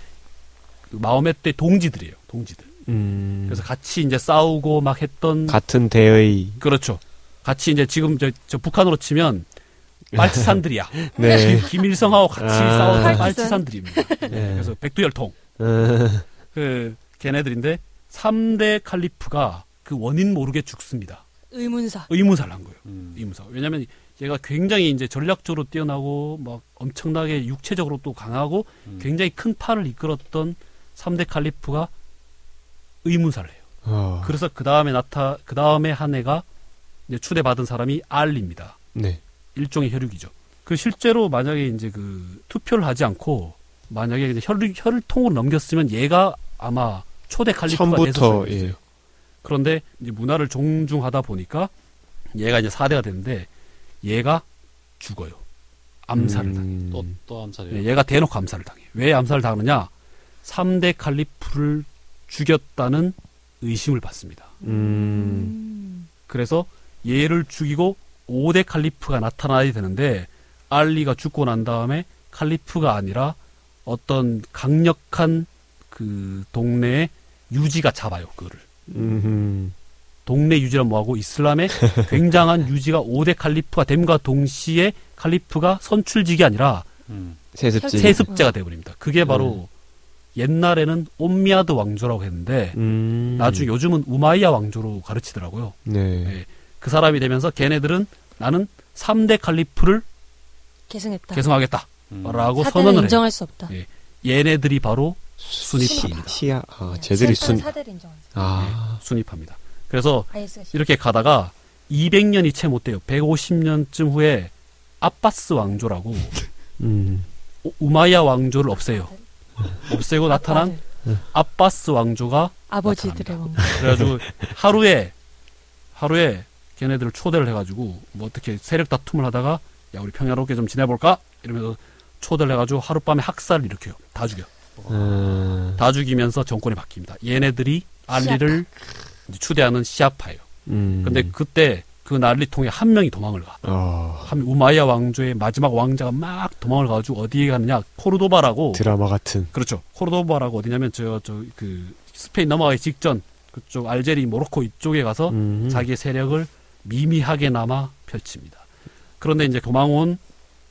그 마호메트의 동지들이에요. 동지들.
음.
그래서 같이 이제 싸우고 막 했던
같은 대의
그렇죠. 같이 이제 지금 저, 저 북한으로 치면 빨치산들이야.
네.
김일성하고 같이
아.
싸웠던
빨치산.
빨치산들입니다.
네.
그래서 백두열통
음.
그 걔네들인데 3대 칼리프가 그 원인 모르게 죽습니다.
의문사.
의문사를 한 거예요. 의문사. 왜냐하면 얘가 굉장히 이제 전략적으로 뛰어나고 막 엄청나게 육체적으로 또 강하고
음.
음.
굉장히 큰 파를 이끌었던 3대 칼리프가 의문사를 해요.
어.
그래서 그 다음에 나타 그 다음에 한 애가 이제 추대받은 사람이 알리입니다.
네.
일종의 혈육이죠. 그 실제로 만약에 이제 그 투표를 하지 않고 만약에 이제 혈 혈통으로 넘겼으면 얘가 아마 초대 칼리프가
처음부터
됐었어요.
예.
그런데 이제 문화를 존중하다 보니까 얘가 이제 4대가 됐는데 얘가 죽어요. 암살을 당해요. 네,
음.
또또 암살이에요.
얘가 대놓고 암살을 당해요. 왜 암살을 당하느냐? 3대 칼리프를 죽였다는 의심을 받습니다.
음.
음.
그래서 얘를 죽이고 5대 칼리프가 나타나야 되는데 알리가 죽고 난 다음에 칼리프가 아니라 어떤 강력한 그 동네의 유지가 잡아요 그거를
음.
동네 유지란 뭐하고 이슬람의 굉장한 유지가 5대 칼리프가 됨과 동시에 칼리프가 선출직이 아니라
음.
세습지.
세습.
세습제가 돼버립니다 그게 바로 옛날에는 옴미아드 왕조라고 했는데
음.
나중에 요즘은 우마이야 왕조로 가르치더라고요
네.
네. 그 사람이 되면서 걔네들은 나는 3대 칼리프를
계승했다.
계승하겠다.
음.
라고
사대는
선언을 해요.
인정할 수 없다.
예. 얘네들이 바로 순위파입니다.
시야. 아, 제들이 순.
사대를 인정한 사람.
아.
순위파입니다. 그래서
IS가
이렇게 가다가 200년이 채 못 돼요. 150년쯤 후에 아빠스 왕조라고 네.
음.
오- 우마야 왕조를 없애요. 없애고 나타난 아빠스 왕조가
아버지들의 왕.
그래가지고 하루에 하루에 걔네들을 초대를 해가지고 뭐 어떻게 세력 다툼을 하다가 야 우리 평화롭게 좀 지내볼까 이러면서 초대를 해가지고 하룻밤에 학살을 일으켜요. 다 죽여.
음.
다 죽이면서 정권이 바뀝니다. 얘네들이 알리를 이제 추대하는 시아파예요.
음.
근데 그때 그 난리 통에 한 명이 도망을 가.
어.
한 우마이야 왕조의 마지막 왕자가 막 도망을 가가지고 어디에 가느냐? 코르도바라고.
드라마 같은.
그렇죠. 코르도바라고 어디냐면 저 저 그 스페인 넘어가기 직전 그쪽 알제리, 모로코 이쪽에 가서
음.
어? 자기의 세력을 미미하게나마 펼칩니다. 그런데 이제 도망온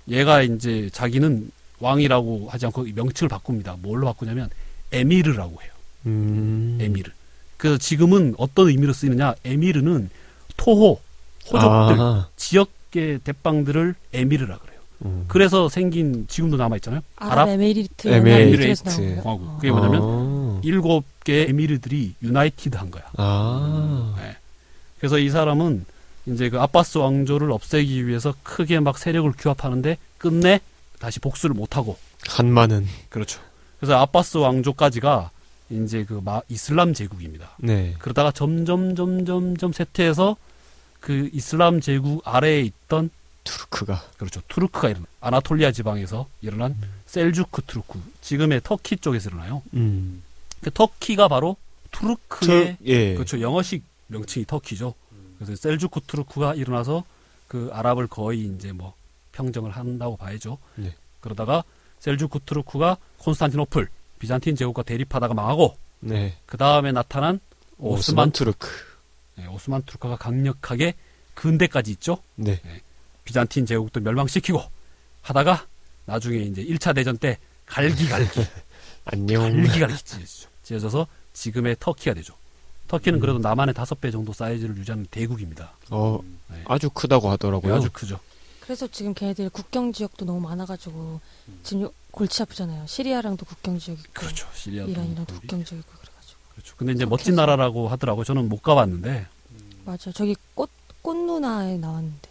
얘가 이제 자기는 왕이라고 하지 않고 명칭을 바꿉니다. 뭘로 바꾸냐면 에미르라고 해요.
음.
에미르. 그래서 지금은 어떤 의미로 쓰이느냐? 에미르는 토호, 호족들,
아하.
지역계 대빵들을 에미르라 그래요.
음.
그래서 생긴 지금도 남아 있잖아요.
아랍
아랍
에미리트
에미레이트.
에미리트에서 나온 거예요.
공화국. 그게 뭐냐면
어.
일곱 개의 에미르들이 유나이티드한 거야.
아.
그래서 이 사람은 이제 그 아바스 왕조를 없애기 위해서 크게 막 세력을 규합하는데 끝내 다시 복수를 못하고
한마는
그렇죠. 그래서 아바스 왕조까지가 이제 그 마, 이슬람 제국입니다.
네.
그러다가 점점 점점점 쇠퇴해서 그 이슬람 제국 아래에 있던
투르크가
그렇죠 투르크가 일어나 아나톨리아 지방에서 일어난 셀주크 투르크 지금의 터키 쪽에서 일어나요.
음.
그 터키가 바로 투르크의
저- 예. 음.
그렇죠. 영어식 명칭이 터키죠. 그래서 셀주크 투르크가 일어나서 그 아랍을 거의 이제 뭐 평정을 한다고 봐야죠.
네.
그러다가 셀주크 투르크가 콘스탄티노플 비잔틴 제국과 대립하다가 망하고
네.
그 다음에 나타난
오스만
오스만
투르크.
네, 오스만 투르크가 강력하게 근대까지 있죠.
네.
비잔틴 제국도 멸망시키고 하다가 나중에 이제 1차 대전 때 갈기갈기
네. 안녕.
갈기가 이렇게 찢어지죠. 찢어져서 지금의 터키가 되죠. 터키는 그래도 남한의 다섯 배 정도 사이즈를 유지하는 대국입니다.
어
네.
아주 크다고 하더라고요.
아주 크죠.
그래서 지금 걔네들 국경 지역도 너무 많아가지고 지금 요- 골치 아프잖아요. 시리아랑도 국경 지역 있고
그렇죠. 시리아도.
이란이랑도
우리.
국경 지역 있고 그래가지고
그렇죠. 근데 이제 멋진 나라라고 하더라고요. 저는 못 가봤는데.
맞아. 요 저기 꽃 꽃누나에 나왔는데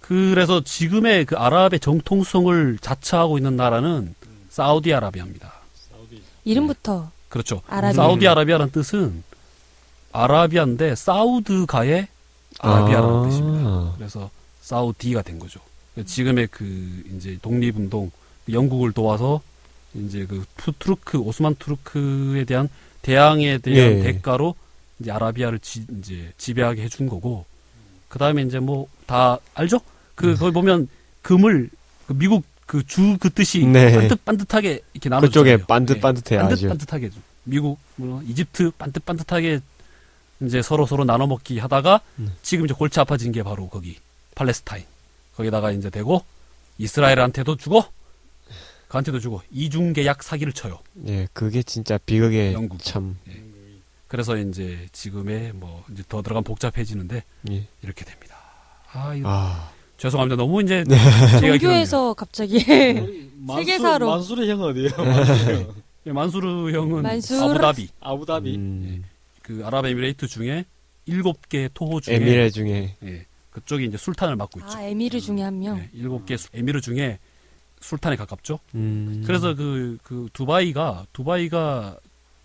그래서 지금의 그 아랍의 정통성을 자처하고 있는 나라는 사우디아라비아입니다.
사우디.
이름부터
그렇죠.
아랍이
사우-
사우디아라비아라는 뜻은 아라비아인데 사우드가의 아라비아라는 뜻입니다.
아.
그래서 사우디가 된 거죠. 지금의 그 이제 독립운동 그 영국을 도와서 이제 그 푸- 투르크 오스만 투르크에 대한 대항에 대한
예.
대가로 이제 아라비아를 지, 이제 지배하게 해준 거고 그 다음에 이제 뭐 다 알죠?
음.
그 거기 보면 금을 그 미국 그 주 그 뜻이
네.
반듯 반듯하게 이렇게 네. 나눠
그쪽에 반듯반듯해요, 아주.
반듯반듯하게 해줘. 미국 뭐 이집트 반듯반듯하게 이제 서로 서로 나눠 먹기 하다가
음.
지금 이제 골치 아파진 게 바로 거기 팔레스타인 거기다가 이제 되고 이스라엘한테도 주고 그한테도 주고 이중 계약 사기를 쳐요.
예, 그게 진짜 비극의
영국.
참.
그래서 이제 지금의 뭐 이제 더 들어가면 복잡해지는데
예.
이렇게 됩니다. 아, 이거
아, 네.
죄송합니다. 너무 이제 네. 제가
종교에서 갑자기 세계사로.
만수르 형 어디예요? 만수르 형.
길었네요. 예, 만수르 형은
만수르.
아부다비
아부다비.
음,
그 아랍에미레이트 중에 일곱 개 토호 네. 중에
에미레 중에
예, 그쪽이 이제 술탄을 맡고 있죠.
아 에미르 중에 한 명.
예, 일곱 개 수- 에미르 중에 술탄에 가깝죠.
음,
그래서 그, 그 두바이가 두바이가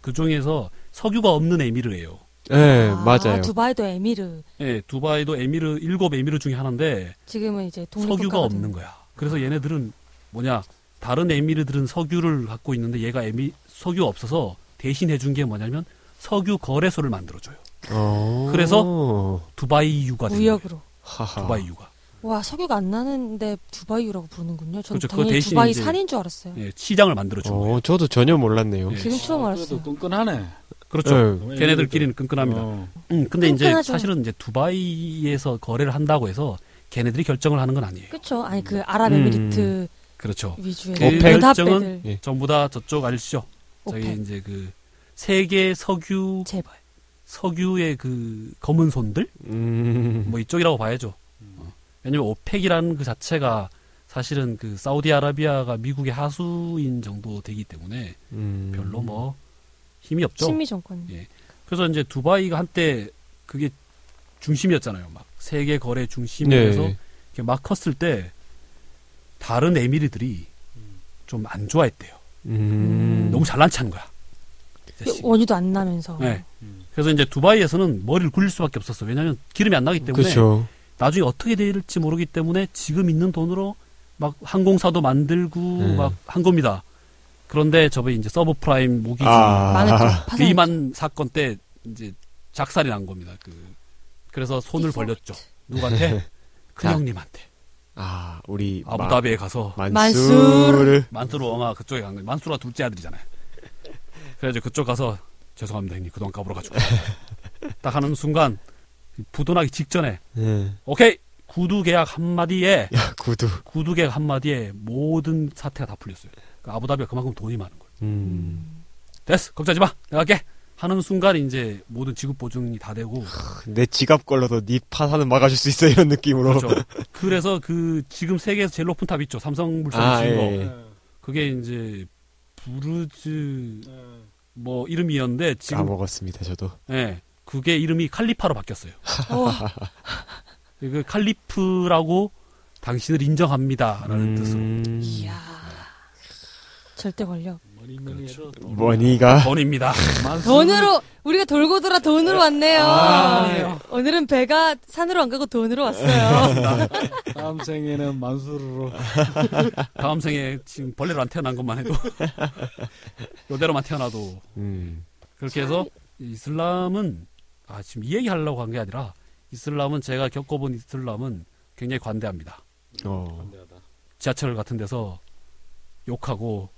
그 중에서 석유가 없는 에미르예요.
예,
아,
맞아요.
두바이도 에미르.
예, 두바이도 에미르 일곱 에미르 중에 하나인데
지금은 이제 독립국가가
석유가 없는
된-
거야. 그래서 얘네들은 뭐냐 다른 에미르들은 석유를 갖고 있는데 얘가 에미 석유 없어서 대신 해준 게 뭐냐면 석유 거래소를 만들어줘요.
어.
그래서 두바이유가 된 거예요.
무역으로.
하하.
두바이유가
와 석유가 안 나는데 두바이유라고 부르는군요. 저는
그렇죠. 그거
당연히
대신
두바이
이제-
산인 줄 알았어요.
예, 시장을 만들어준 거예요.
어, 저도 전혀 몰랐네요.
예.
지금 처음
아,
알았어요.
그래도 끈끈하네.
그렇죠.
예.
걔네들끼리는 끈끈합니다.
어.
음, 근데 이제
끈끈하죠.
사실은 이제 두바이에서 거래를 한다고 해서 걔네들이 결정을 하는 건 아니에요.
그렇죠. 아니 그 아랍에미리트
그렇죠.
위주의
그
은하배들.
결정은
예.
전부 다 저쪽 아시죠? 저기
오펙.
이제 그 세계 석유
재벌.
석유의 그 검은 손들
음,
뭐 이쪽이라고 봐야죠. 어. 왜냐면 오펙이라는 그 자체가 사실은 그 사우디아라비아가 미국의 하수인 정도 되기 때문에
음.
별로 뭐 힘이 없죠.
친미 정권.
예. 그래서 이제 두바이가 한때 그게 중심이었잖아요. 막 세계 거래 중심에서
네.
이렇게 막 컸을 때 다른 에미리들이 좀 안 좋아했대요.
음. 그, 어.
너무 잘난 체한 거야. 이 자식이.
그 원유도 안 나면서.
네.
음.
그래서 이제 두바이에서는 머리를 굴릴 수밖에 없었어. 왜냐하면 기름이 안 나기 때문에
그렇죠.
나중에 어떻게 될지 모르기 때문에 지금 있는 돈으로 막 항공사도 만들고
네.
막 한 겁니다. 그런데 저번 이제 서브프라임 모기지
많은
아,
그
파산.
리만 사건 때 이제 작살이 난 겁니다. 그 그래서 손을 벌렸죠. 누구한테? 큰
자.
형님한테.
아, 우리
아부다비에 가서
마, 만수르.
만수르.
만수르 왕아 그쪽에 간 거예요. 만수르가 둘째 아들이잖아요. 그래가지고 그쪽 가서 죄송합니다 형님 그동안 까불어가지고 딱 하는 순간 부도나기 직전에
예.
오케이 구두 계약 한 마디에
야, 구두.
구두 계약 한 마디에 모든 사태가 다 풀렸어요. 그 아부다비가 그만큼 돈이 많은 거예요.
음.
됐어 걱정하지 마 내가 할게 하는 순간 이제 모든 지급 보증이 다 되고
그 내 지갑 걸러도 네 파산은 막아줄 수 있어 이런 느낌으로.
그렇죠. 그래서 그 지금 세계에서 제일 높은 탑 있죠. 삼성물산
아,
지은
예.
거.
네.
그게 이제 부르즈
예. 네.
뭐 이름이었는데 지금
까먹었습니다, 저도.
예. 그게 이름이 칼리파로 바뀌었어요.
어,
그 칼리프라고 당신을 인정합니다라는
음.
뜻으로
이야. 절대 권력.
머니 머니 해도 또
머니가
번입니다.
만수-
돈으로 우리가 돌고 돌아 돈으로 왔네요.
아,
네. 오늘은 배가 산으로 안 가고 돈으로 왔어요.
네. 아,
다음 생에는 만수르로
다음 생에 지금 벌레로 안 태어난 것만 해도 요대로만 태어나도
음.
그렇게 해서 이슬람은 아 지금 이 얘기 하려고 한 게 아니라 이슬람은 제가 겪어본 이슬람은 굉장히 관대합니다.
어.
반대하다.
지하철 같은 데서 욕하고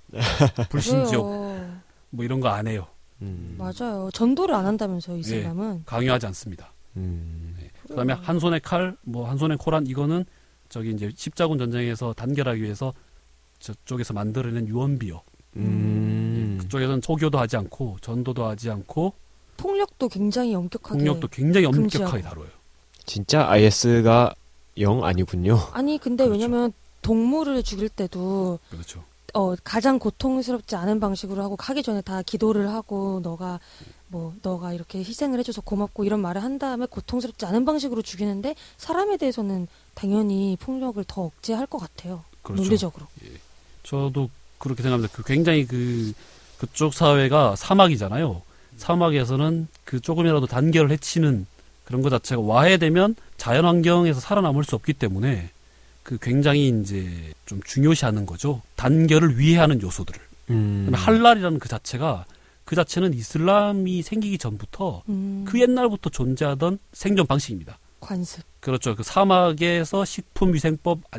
불신지옥
맞아요.
뭐 이런 거 안 해요.
음.
맞아요. 전도를 안 한다면서 이
네.
사람은.
강요하지 않습니다.
음.
네. 그다음에 한 손에 칼, 뭐 한 손에 코란 이거는 저기 이제 십자군 전쟁에서 단결하기 위해서 저쪽에서 만들어낸 유언비어.
음.
그쪽에서는 소교도 하지 않고 전도도 하지 않고
폭력도 굉장히 엄격하게.
폭력도 굉장히 엄격하게
금지하고.
다뤄요.
진짜 IS가 0 아니군요.
아니 근데
그렇죠.
왜냐면 동물을 죽일 때도
그렇죠.
어, 가장 고통스럽지 않은 방식으로 하고 가기 전에 다 기도를 하고 너가 뭐 너가 이렇게 희생을 해줘서 고맙고 이런 말을 한 다음에 고통스럽지 않은 방식으로 죽이는데 사람에 대해서는 당연히 폭력을 더 억제할 것 같아요.
그렇죠.
논리적으로.
저도 그렇게 생각합니다. 그 굉장히 그 그쪽 사회가 사막이잖아요. 사막에서는 그 조금이라도 단결을 해치는 그런 것 자체가 와해되면 자연 환경에서 살아남을 수 없기 때문에 그 굉장히 이제 좀 중요시하는 거죠. 단결을 위해하는 요소들을.
음.
그다음에 할랄이라는 그 자체가 그 자체는 이슬람이 생기기 전부터
음,
그 옛날부터 존재하던 생존 방식입니다.
관습.
그렇죠. 그 사막에서 식품위생법 아,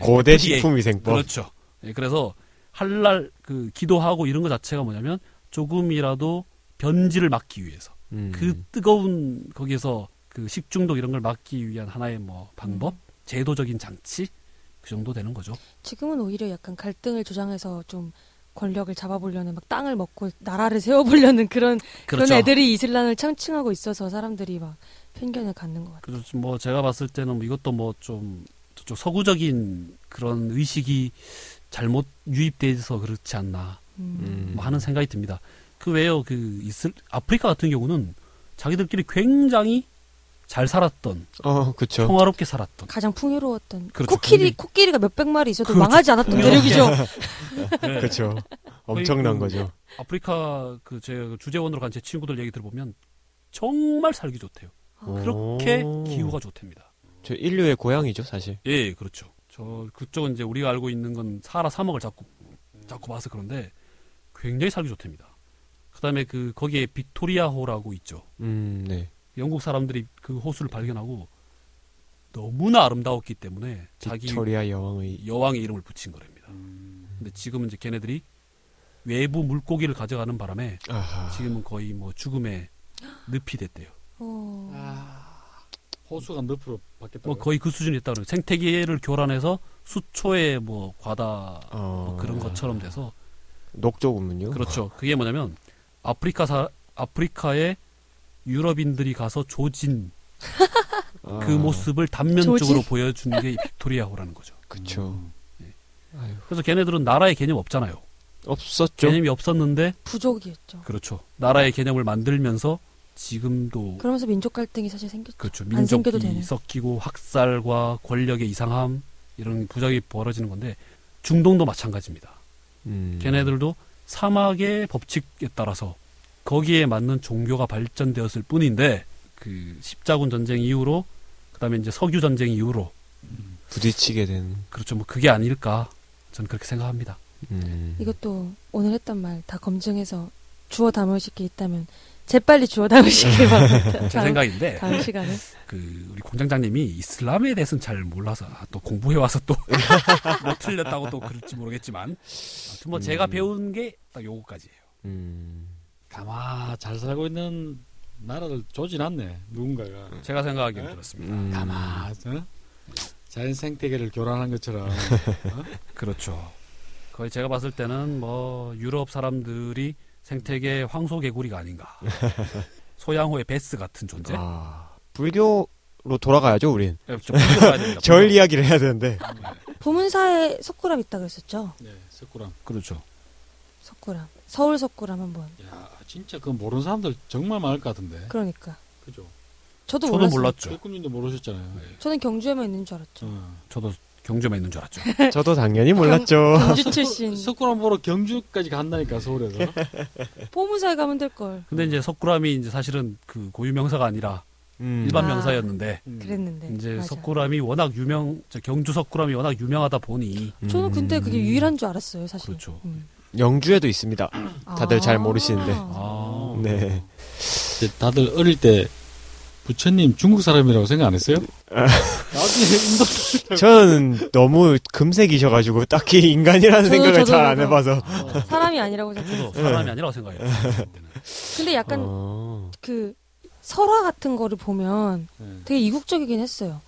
고대
네, FDA.
식품 위생법.
그렇죠. 예, 그래서 할랄 그 기도하고 이런 것 자체가 뭐냐면 조금이라도 변질을 막기 위해서
음.
그 뜨거운 거기에서 그 식중독 이런 걸 막기 위한 하나의 뭐
음.
방법, 제도적인 장치 그 정도 되는 거죠.
지금은 오히려 약간 갈등을 조장해서 좀 권력을 잡아보려는 막 땅을 먹고 나라를 세워보려는 그런 그런
그렇죠.
애들이 이슬람을 창칭하고 있어서 사람들이 막 편견을 갖는 것 같아요.
그렇죠. 뭐 제가 봤을 때는 뭐 이것도 뭐 좀 저쪽 서구적인 그런 의식이 잘못 유입돼서 그렇지 않나
음.
뭐 하는 생각이 듭니다. 그 외에요, 그 이슬 아프리카 같은 경우는 자기들끼리 굉장히 잘 살았던
어, 그쵸.
평화롭게 살았던
가장 풍요로웠던
그렇죠.
코끼리
근데-
코끼리가 몇백 마리 있어도
그렇죠.
망하지 않았던
풍요롭게.
대륙이죠.
네.
그쵸. 엄청난
그-
거죠.
아프리카 그 제 주재원으로 간 제 친구들 얘기 들어보면 정말 살기 좋대요. 어, 그렇게
오.
기후가 좋답니다.
저 인류의 고향이죠, 사실.
예, 그렇죠. 저 그쪽은 이제 우리가 알고 있는 건 사하라 사막을 자꾸 자꾸 봐서 그런데 굉장히 살기 좋답니다. 그다음에 그 거기에 빅토리아호라고 있죠.
음, 네.
영국 사람들이 그 호수를 발견하고 너무나 아름다웠기 때문에 자기
빅토리아 여왕의
여왕의 이름을 붙인 거랍니다. 근데 지금은 이제 걔네들이 외부 물고기를 가져가는 바람에
아하.
지금은 거의 뭐 죽음의 늪이 됐대요.
어.
아, 호수가 늪으로 바뀌었다.
뭐 거의 그 수준이 있다고 그래요. 생태계를 교란해서 수초의 뭐 과다
어,
뭐 그런 것처럼 돼서
녹조군요.
그렇죠. 그게 뭐냐면 아프리카 사 아프리카에 유럽인들이 가서 조진
아,
그 모습을 단면적으로
조진?
보여준 게 이 빅토리아호라는 거죠.
그쵸.
음.
아유,
그래서 걔네들은 나라의 개념 없잖아요.
없었죠.
개념이 없었는데
부족이었죠.
그렇죠. 나라의 개념을 만들면서 지금도
그러면서 민족 갈등이 사실 생겼죠.
그렇죠.
안 생겨도
민족이
되는.
섞이고 학살과 권력의 이상함 이런 부작이 벌어지는 건데 중동도 마찬가지입니다.
음.
걔네들도 사막의 법칙에 따라서 거기에 맞는 종교가 발전되었을 뿐인데 그 십자군 전쟁 이후로 그다음에 이제 석유 전쟁 이후로
부딪히게 된.
그렇죠. 뭐 그게 아닐까 저는 그렇게 생각합니다.
음.
이것도 오늘 했던 말 다 검증해서 주워 담으실 게 있다면 재빨리 주워 담으시길 바랍니다.
제
다음-
생각인데
다음 시간에
그 우리 공장장님이 이슬람에 대해서는 잘 몰라서 아, 또 공부해 와서 또뭐 틀렸다고 또 그럴지 모르겠지만 아무튼 뭐 제가
음.
배운 게 딱 요거까지예요.
음.
가마 잘 살고 있는 나라를 조진않네 누군가가.
아, 제가 생각하기엔
네?
그렇습니다.
음.
가마 어? 자연 생태계를 교란한 것처럼
그렇죠. 거의 제가 봤을 때는 뭐 유럽 사람들이 생태계 황소개구리가 아닌가. 소양호의 베스 같은 존재.
아, 불교로 돌아가야죠, 우린.
네, 좀 바꿔야 됩니다.
절 이야기를 해야 되는데.
보문사에 석굴암 있다 그랬었죠.
네, 석굴암.
그렇죠.
석굴암. 서울 석굴암 한번.
야, 진짜 그거 모르는 사람들 정말 많을 것 같은데.
그러니까.
그죠?
저도,
저도
몰랐어요.
몰랐죠.
백군님도 모르셨잖아요. 예.
저는 경주에만 있는 줄 알았죠.
어.
저도 경주에만 있는 줄 알았죠.
저도 당연히 몰랐죠.
경주 출신.
석굴암 보러 경주까지 간다니까 서울에서.
보문사에 가면 될 걸.
근데 이제 석굴암이 이제 사실은 그 고유 명사가 아니라
음.
일반
아.
명사였는데
음.
그랬는데.
이제
네, 맞아.
석굴암이 워낙 유명, 저 경주 석굴암이 워낙 유명하다 보니
저는 근데 그게
음.
유일한 줄 알았어요, 사실.
그렇죠.
음.
영주에도 있습니다. 다들 잘 모르시는데.
아,
네.
이제 다들 어릴 때 부처님 중국 사람이라고 생각 안 했어요? 나중에 인도
전 너무 금색이셔가지고 딱히 인간이라는
저도,
생각을
저도,
잘 안
저도.
해봐서.
어. 네.
사람이 아니라고 생각해요.
저도 사람이 아니라고 생각해요. 그때는.
근데 약간
어.
그 설화 같은 거를 보면
네.
되게 이국적이긴 했어요.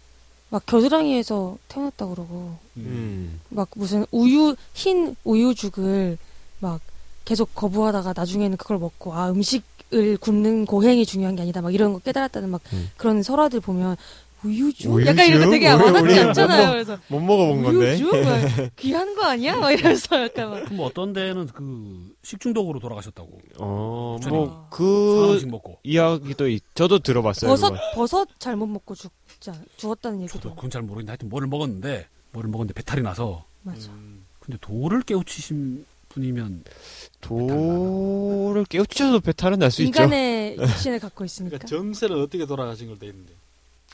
막 겨드랑이에서 태어났다 그러고
음.
음.
막 무슨 우유 흰 우유죽을 막 계속 거부하다가 나중에는 그걸 먹고 아 음식을 굶는 고행이 중요한 게 아니다 막 이런 거 깨달았다는 막
음.
그런 설화들 보면 우유죽
우유죽?
약간 이런 거 되게
우리-
와닿지
우리는
않잖아요.
뭐-
그래서
못 먹어본 건데.
우유죽 막 귀한 거 아니야? 막 이러면서 약간 막
그럼 뭐 어떤 데는 그 식중독으로 돌아가셨다고.
어,
부처님.
뭐그
사람식 먹고.
이야기도 있- 저도 들어봤어요.
버섯
그건.
버섯 잘못 먹고 죽지 않, 죽었다는 얘기도
저도 그건 잘 모르겠는데 하여튼 뭐를 먹었는데 뭐를 먹었는데 배탈이 나서
맞아.
음.
근데 돌을 깨우치신 분이면 그
돌을 깨우쳐도 배탈은 날 수 있죠. 그렇죠.
인간의 육신을 갖고 있으니까.
그러니까 정세는 어떻게 돌아가신 걸돼 있는데.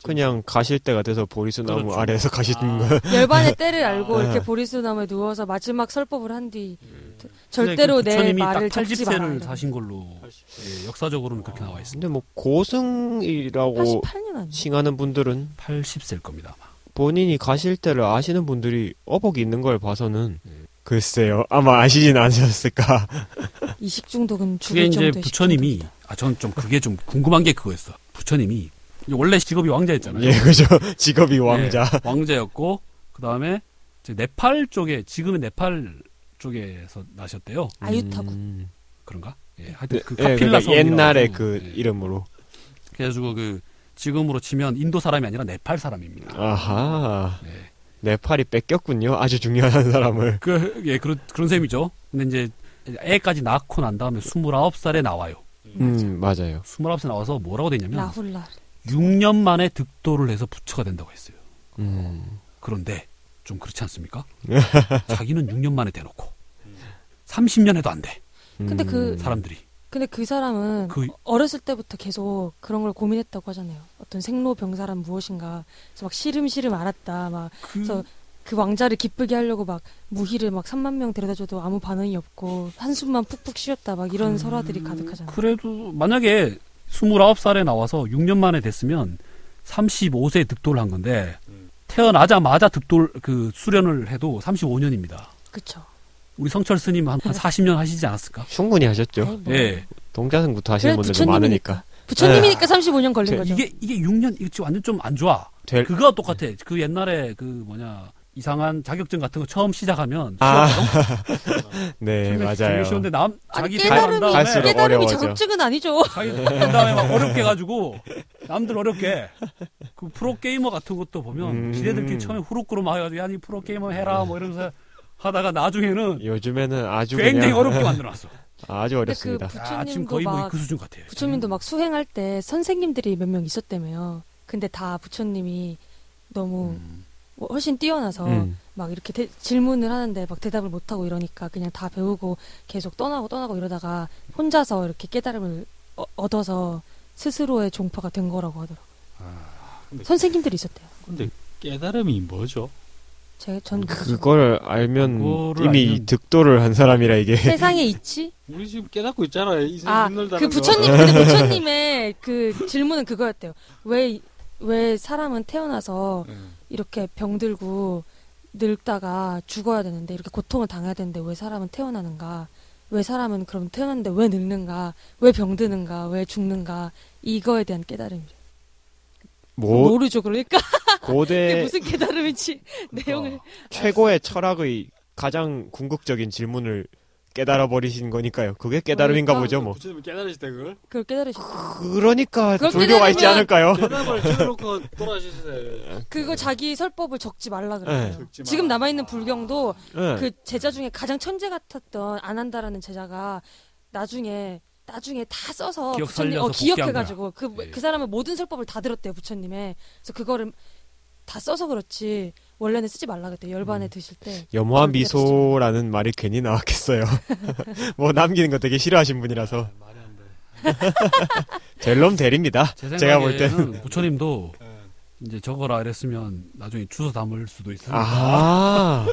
그냥 가실 때가 돼서 보리수 나무
그렇죠.
아래에서 가시는
아.
거예요.
열반의 때를 알고
아.
이렇게 보리수 나무에 누워서 마지막 설법을 한 뒤
근데
절대로
그
내
부처님이
말을
딱
적지 마라.
80세를
이런.
사신 걸로 예, 역사적으로는 그렇게 나와 있습니다.
근데 뭐 고승이라고
88년 아니에요?
칭하는 분들은
80세일 겁니다. 아마.
본인이 가실 때를 아시는 분들이 어복이 있는 걸 봐서는
음.
글쎄요. 아마 아시진 않으셨을까.
이식 중독은
어, 그게
죽을
이제
정도의
부처님이
식중독이다.
아 저는 좀 그게 좀 궁금한 게 그거였어. 부처님이 원래 직업이 왕자였잖아요.
예, 그죠. 직업이 왕자.
네, 왕자였고 그 다음에 네팔 쪽에 지금의 네팔 쪽에서 나셨대요.
아유타국.
음.
그런가? 예,
네,
하여튼 그
예,
카필라 네.
그러니까
성
옛날에 그 이름으로.
그래가지고 그 지금으로 치면 인도 사람이 아니라 네팔 사람입니다.
아하.
예.
네팔이 뺏겼군요. 아주 중요한 사람을.
그, 예, 그런, 그런 셈이죠. 근데 이제 애까지 낳고 난 다음에 29살에 나와요.
음, 맞아요.
29살 나와서 뭐라고 되냐면
라훌라.
6년 만에 득도를 해서 부처가 된다고 했어요.
음.
그런데 좀 그렇지 않습니까? 자기는 6년 만에 대놓고 30년 해도 안 돼.
근데 그
음.
사람들이.
근데 그 사람은
그-
어렸을 때부터 계속 그런 걸 고민했다고 하잖아요. 어떤 생로병사란 무엇인가. 그래서 막 시름시름 알았다. 막
음.
그래서 그 왕자를 기쁘게 하려고 막 무희를 막 3만 명 데려다줘도 아무 반응이 없고 한숨만 푹푹 쉬었다. 막 이런
음.
설화들이 가득하잖아요.
그래도 만약에 29살에 나와서 6년 만에 됐으면 35세에 득도를 한 건데
음.
태어나자마자 득돌 그 수련을 해도 35년입니다.
그쵸.
우리 성철 스님
네.
한, 한 40년 하시지 않았을까?
충분히
아이,
하셨죠.
뭐.
예.
동자승부터 하시는
그래,
분들도 많으니까.
부처님이니까 35년 걸린
제-
거죠.
아. 이게 이게 6년 이거 지금 완전 좀 안 좋아.
될
그거 똑같아. 그 옛날에 그 뭐냐 이상한 자격증 같은 거 처음 시작하면
아,
시험
네, 맞아요.
쉬운데 남
아니,
자기
깨달음이
한 다음에
갈수록
깨달음이
어려워져.
자격증은 아니죠.
자기 한 다음에 막 어렵게 가지고 남들 어렵게 그 프로 게이머 같은 것도 보면
음.
지네들끼리 처음에 후루꾸로 막 해가지고 야니 프로 게이머 해라 뭐 이러면서 하다가 나중에는
요즘에는 아주
굉장히
그냥
어렵게 만들어놨어.
아주
근데
어렵습니다.
그
아 지금
부처님도
거의 뭐
막
그 수준 같아요.
부처님도 막 수행할 때 선생님들이 몇 명 있었다며요. 근데 다 부처님이 너무
음.
뭐 훨씬 뛰어나서
음.
막 이렇게 대- 질문을 하는데 막 대답을 못 하고 이러니까 그냥 다 배우고 계속 떠나고 떠나고 이러다가 혼자서 이렇게 깨달음을 어- 얻어서 스스로의 종파가 된 거라고 하더라고요.
근데-
선생님들이 있었대요.
근데 깨달음이 뭐죠?
제, 전
그걸 알면
그거를
이미
알면-
득도를 한 사람이라 이게
세상의 이치?
우리 지금 깨닫고 있잖아요. 이
아,
힘들다는
그
거.
부처님, 근데 부처님의 그 질문은 그거였대요. 왜, 왜 사람은 태어나서
네.
예.
이렇게 병들고 늙다가 죽어야 되는데 이렇게 고통을 당해야 되는데 왜 사람은 태어나는가? 왜 사람은 그럼 태어났는데 왜 늙는가? 왜 병드는가? 왜 죽는가? 이거에 대한 깨달음이죠.
뭐 네.
모르죠. 그러니까 이게
고대
무슨
그러니까.
깨달음인지 내용을
최고의 철학의 가장 궁극적인 질문을 깨달아 버리신 거니까요. 그게 깨달음인가
그러니까
보죠, 뭐.
어. 부처님이 깨달으시대 그걸.
그걸 깨달으셨어요.
그러니까
그럼
종교가 있지
깨달으면-
않을까요?
대답을 쳐놓고 돌아가시세요. 예.
그거 자기 설법을 적지 말라
네.
그래요.
적지
지금
마라.
남아있는 불경도
네.
예.
그 제자 중에 가장 천재 같았던 안한다라는 제자가 나중에 나중에 다 써서
기억
부처님 어,
살려서 복귀한
기억해가지고 그 그
예.
사람은 모든 설법을 다 들었대요 부처님의 그래서 그거를 다 써서 그렇지 원래는 쓰지 말라 그랬대요 열반에
음.
드실 때
염호한
그렇게
미소라는 말이 괜히 나왔겠어요. 뭐 남기는 거 되게 싫어하신
아,
분이라서
말이 안 돼.
델럼 대립니다.
제
제가 볼 때는
생각에는 음. 부처님도 이제 적어라 이랬으면 나중에 주워 담을 수도 있습니다.
아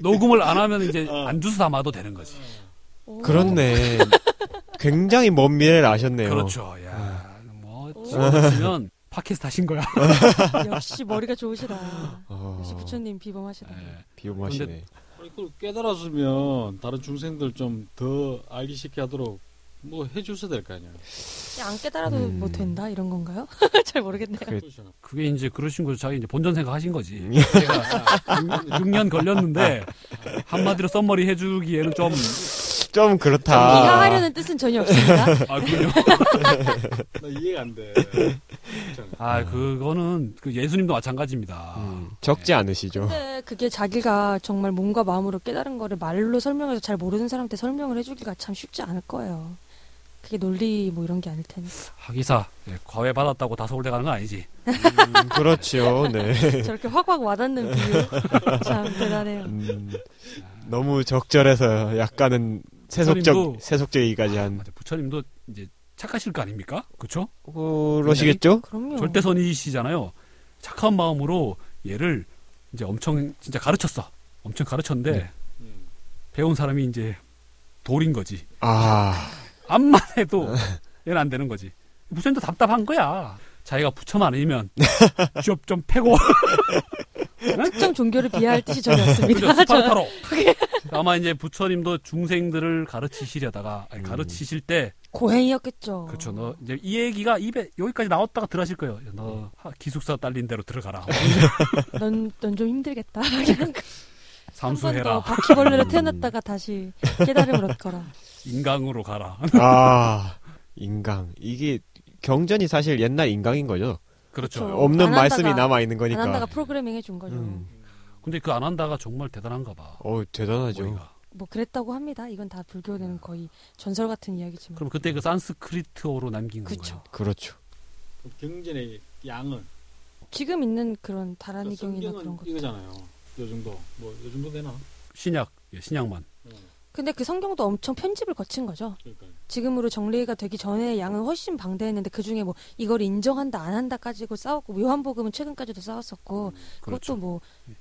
녹음을 안 하면 이제
어.
안 주워 담아도 되는 거지.
오.
그렇네. 굉장히 먼 미래를 아셨네요. 어.
그렇죠. 야, 뭐
오.
지금 팟캐스트 하신 거야.
역시 머리가 좋으시다
어,
역시 부처님 비범하시다
예.
비호하시네.
아니, 그걸 깨달았으면 다른 중생들 좀 더 알기 쉽게 하도록 뭐 해줘서 될 거 아니야.
야, 안 깨달아도
음.
뭐 된다 이런 건가요 잘 모르겠네 요
그-
그렇잖아.
그게 이제 그러신 거죠. 자기 이제 본전 생각하신 거지.
예.
제가 6년 걸렸는데 한마디로 썸머리 해주기에는 좀
좀 그렇다.
네가 하려는 뜻은 전혀 없습니다
아, 그요
나 이해가 안 돼. 예.
아, 그거는 그 예수님도 마찬가지입니다.
음, 적지 않으시죠.
근데 네, 그게 자기가 정말 몸과 마음으로 깨달은 거를 말로 설명해서 잘 모르는 사람한테 설명을 해주기가 참 쉽지 않을 거예요. 그게 논리 뭐 이런 게 아닐 테니까
하기사 예, 과외 받았다고 다 서울대 가는 건 아니지.
음, 그렇죠. 네.
저렇게 확확 와닿는 비유 참 대단해요.
음, 너무 적절해서 약간은 세속적
부처님도-
세속적이기까지 한
맞아, 부처님도 이제 착하실 거 아닙니까? 그렇죠?
그러시겠죠?
네, 그럼요.
절대선이시잖아요. 착한 마음으로 얘를 이제 엄청 진짜 가르쳤어. 엄청 가르쳤는데
네.
음.
배운 사람이 이제 돌인 거지.
아,
암만 해도 얘는 안 되는 거지. 부처님도 답답한 거야. 자기가 부처만 아니면 취업 좀 패고
특정 종교를 비하할 뜻이 전혀
그죠?
없습니다.
스파르타로. 아마 이제 부처님도 중생들을 가르치시려다가 아니,
음.
가르치실 때
고행이었겠죠.
그렇죠. 너 이제 이 얘기가 입에 여기까지 나왔다가 들어하실 거예요. 너 하- 기숙사 딸린 대로 들어가라.
넌넌 좀 힘들겠다. 어.
삼수해라.
바퀴벌레로 태어났다가 다시 깨달음을 얻거라.
인강으로 가라.
아, 인강. 이게 경전이 사실 옛날 인강인 거죠.
그렇죠.
그렇죠.
없는
안
말씀이
한다가-
남아 있는 거니까.
안한다가 프로그래밍 해준 거죠.
그러니까. 음.
근데 그 안 한다가 정말 대단한가 봐.
어, 대단하죠.
머리가.
뭐 그랬다고 합니다. 이건 다 불교는 거의 전설 같은 이야기지만.
그럼 그때 그 산스크리트어로 남긴
그쵸.
건가요?
그렇죠.
그럼 경전의 양은 그러니까
지금 있는 그런 다란이 그러니까 경이나 그런
성경은
것.
이거잖아요. 요 정도. 뭐요 정도 되나?
신약, 예, 신약만.
어,
근데 그 성경도 엄청 편집을 거친 거죠.
그러니까.
지금으로 정리가 되기 전에 양은 훨씬 방대했는데 그 중에 뭐 이걸 인정한다 안 한다 가지고 싸웠고 뭐 요한복음은 최근까지도 싸웠었고
그렇죠.
그것도 뭐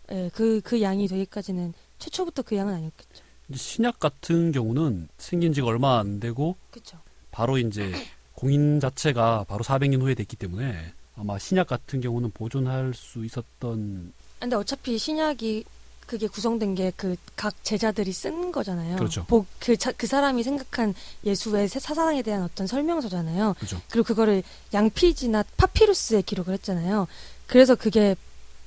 뭐그그 그 양이 되기까지는 최초부터 그 양은 아니었겠죠.
이제 신약 같은 경우는 생긴 지가 얼마 안 되고
그렇죠.
바로 이제 공인 자체가 바로 400년 후에 됐기 때문에 아마 신약 같은 경우는 보존할 수 있었던
근데 어차피 신약이 그게 구성된 게 그 각 제자들이 쓴 거잖아요.
그렇죠.
복- 그, 자- 그 사람이 생각한 예수의 새- 사상에 대한 어떤 설명서잖아요.
그죠.
그리고 그거를 양피지나 파피루스에 기록을 했잖아요. 그래서 그게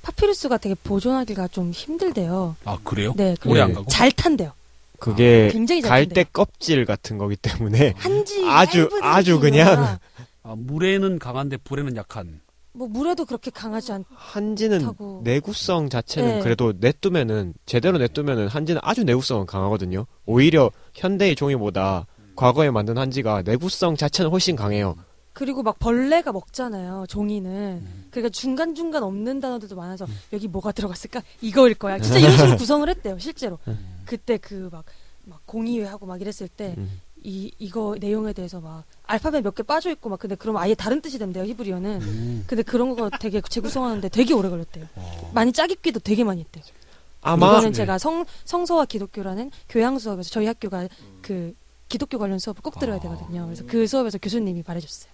파피루스가 되게 보존하기가 좀 힘들대요.
아 그래요?
네,
오래
그래요.
안 가고?
잘 탄대요.
아, 그게
굉장히 잘 탄대요.
갈대 껍질 같은 거기 때문에
한지
아주-
얇은
아주
한지
그냥.
유화가
아, 물에는 강한데 불에는 약한.
뭐 물에도 그렇게 강하지 않.
한지는
타고.
내구성 자체는
아, 네.
그래도 내두면은 제대로 내두면은 한지는 아주 내구성은 강하거든요. 오히려 현대의 종이보다 과거에 만든 한지가 내구성 자체는 훨씬 강해요.
그리고 막 벌레가 먹잖아요. 종이는.
음.
그러니까 중간 중간 없는 단어들도 많아서
음.
여기 뭐가 들어갔을까? 이거일 거야. 진짜 이런 식으로 구성을 했대요. 실제로. 그때 그 막 막 공의회하고 막 이랬을 때
음.
이 이거 내용에 대해서 막 알파벳 몇 개 빠져 있고 막 근데 그럼 아예 다른 뜻이 된대요
음.
히브리어는
음.
근데 그런 거 되게 재구성하는데 되게 오래 걸렸대요 많이 짜깁기도 되게 많이 했대요
어. 아마 네.
이거는 제가 성 성서와 기독교라는 교양 수업에서 저희 학교가 그 기독교 관련 수업을 꼭 들어야
아.
되거든요 그래서 그 수업에서 교수님이 말해줬어요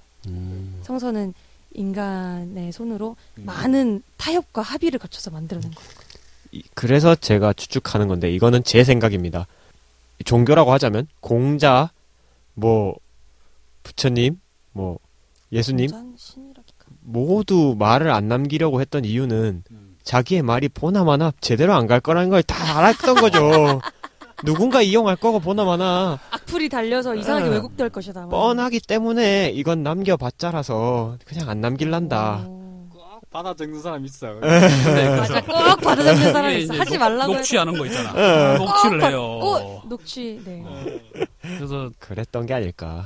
성서는 인간의 손으로 많은 타협과 합의를 거쳐서 만들어낸 거예요
이- 그래서 제가 추측하는 건데 이거는 제 생각입니다. 종교라고 하자면 공자, 뭐 부처님, 뭐 예수님
가장 신이라기까
모두 말을 안 남기려고 했던 이유는
음.
자기의 말이 보나마나 제대로 안 갈 거라는 걸 다 알았던 거죠. 누군가 이용할 거고 보나 마나
악플이 달려서 이상하게
응.
왜곡될 것이다.
아. 뻔하기 때문에 이건 남겨봤자라서 그냥 안 남길란다.
오.
꼭 받아 적는 사람 있어.
근데
어. 맞아, 꼭 받아들는
예,
그 사람이
이제
있어. 하지
녹-
말라고
녹취하는 거 있잖아.
어.
녹취를
어,
해요.
어, 녹취. 네.
그래서
그랬던 게 아닐까.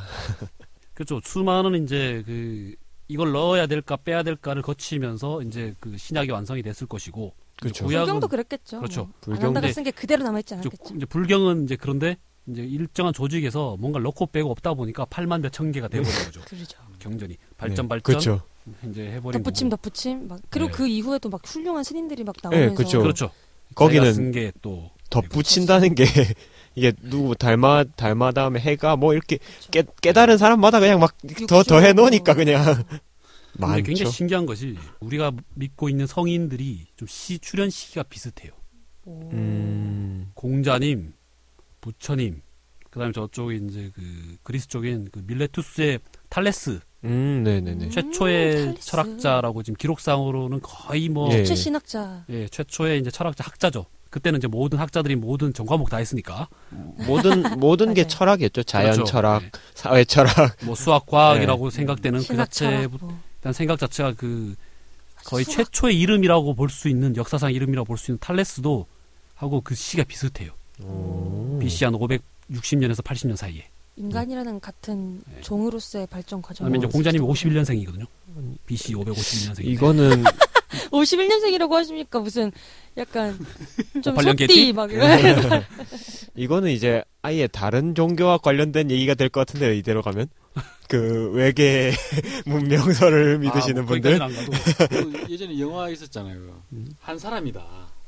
그렇죠. 수많은 이제 그 이걸 넣어야 될까 빼야 될까를 거치면서 이제 그 신약이 완성이 됐을 것이고
그렇죠.
구약은
불경도 그랬겠죠.
그렇죠.
뭐.
불경도-
안 한다가 쓴 게 그대로 남아있지
이제,
않았겠죠.
구- 이제 불경은 이제 그런데 이제 일정한 조직에서 뭔가 넣고 빼고 없다 보니까 8만 몇천 개가 돼버린 거죠.
그렇죠.
경전이 발전
네,
발전
그렇죠.
이제 해버린
덧붙임
거고.
덧붙임. 막 그리고
네.
그 이후에 또 막 훌륭한 스님들이 막
예,
나오면서
그렇죠.
그렇죠.
거기는
쓴게또
덧붙인다는 게 이게 누구 닮아 닮아 다음에 해가 뭐 이렇게 깨, 깨달은 사람마다 그냥 막 더 더
육조.
해놓으니까 그냥
근데
많죠.
굉장히 신기한 것이 우리가 믿고 있는 성인들이 좀 시 출현 시기가 비슷해요.
오.
음,
공자님, 부처님, 그다음에 저쪽에 이제 그 그리스 쪽인 그 밀레투스의 탈레스
음, 네네네.
최초의
탈레스.
철학자라고 지금 기록상으로는 거의 뭐
예.
예.
최 신학자.
최초의 이제 철학자 학자죠. 그때는 이제 모든 학자들이 모든 전과목 다 했으니까
모든 모든 게
맞아요.
철학이었죠. 자연
그렇죠.
철학, 예.
네.
사회 철학.
뭐 수학 과학이라고 생각되는 그
신학 철학,
자체
뭐.
일단 생각 자체가 그 거의
수학.
최초의 이름이라고 볼 수 있는 역사상 이름이라고 볼 수 있는 탈레스도 하고 그 시기가 비슷해요.
음.
BC 한 560년에서 80년 사이에.
인간이라는 같은
네.
종으로서의 발전 과정.
그다음에 이제 공자님이 51년생이거든요. BC 551년생. 인데
음. 이거는
51년생이라고 하십니까? 무슨 약간 좀
58년 예.
소띠
겠지?
막
이거는 이제 아예 다른 종교와 관련된 얘기가 될 것 같은데 요 이대로 가면 그 외계
아,
문명설을
뭐
믿으시는 분들.
뭐 예전에 영화 있었잖아요. 그거.
음.
한 사람이다.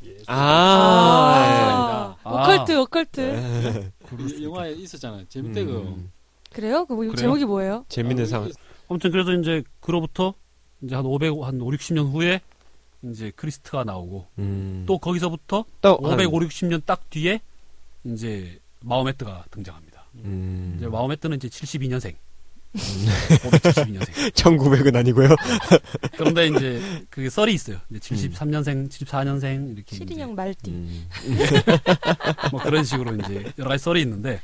예,
아,
아,
예.
오컬트 오컬트
네.
예, 영화에 있었잖아요. 재밌대 그거.
음,
그래요? 그 뭐,
그래요?
제목이 뭐예요?
재밌는
아,
상.
아무튼 그래서 이제 그로부터 이제 한 500, 한 5, 60년 후에 이제 크리스트가 나오고
음.
또 거기서부터
또
500, 5, 60년 딱 뒤에 이제 마호메트가 등장합니다.
음.
이제 마호메트는 이제 72년생. 572년생.
1900은 아니고요.
그런데 이제 그 썰이 있어요. 이제 73년생, 74년생 이렇게 이제
시린형 말띠.
음.
뭐 그런 식으로 이제 여러 가지 썰이 있는데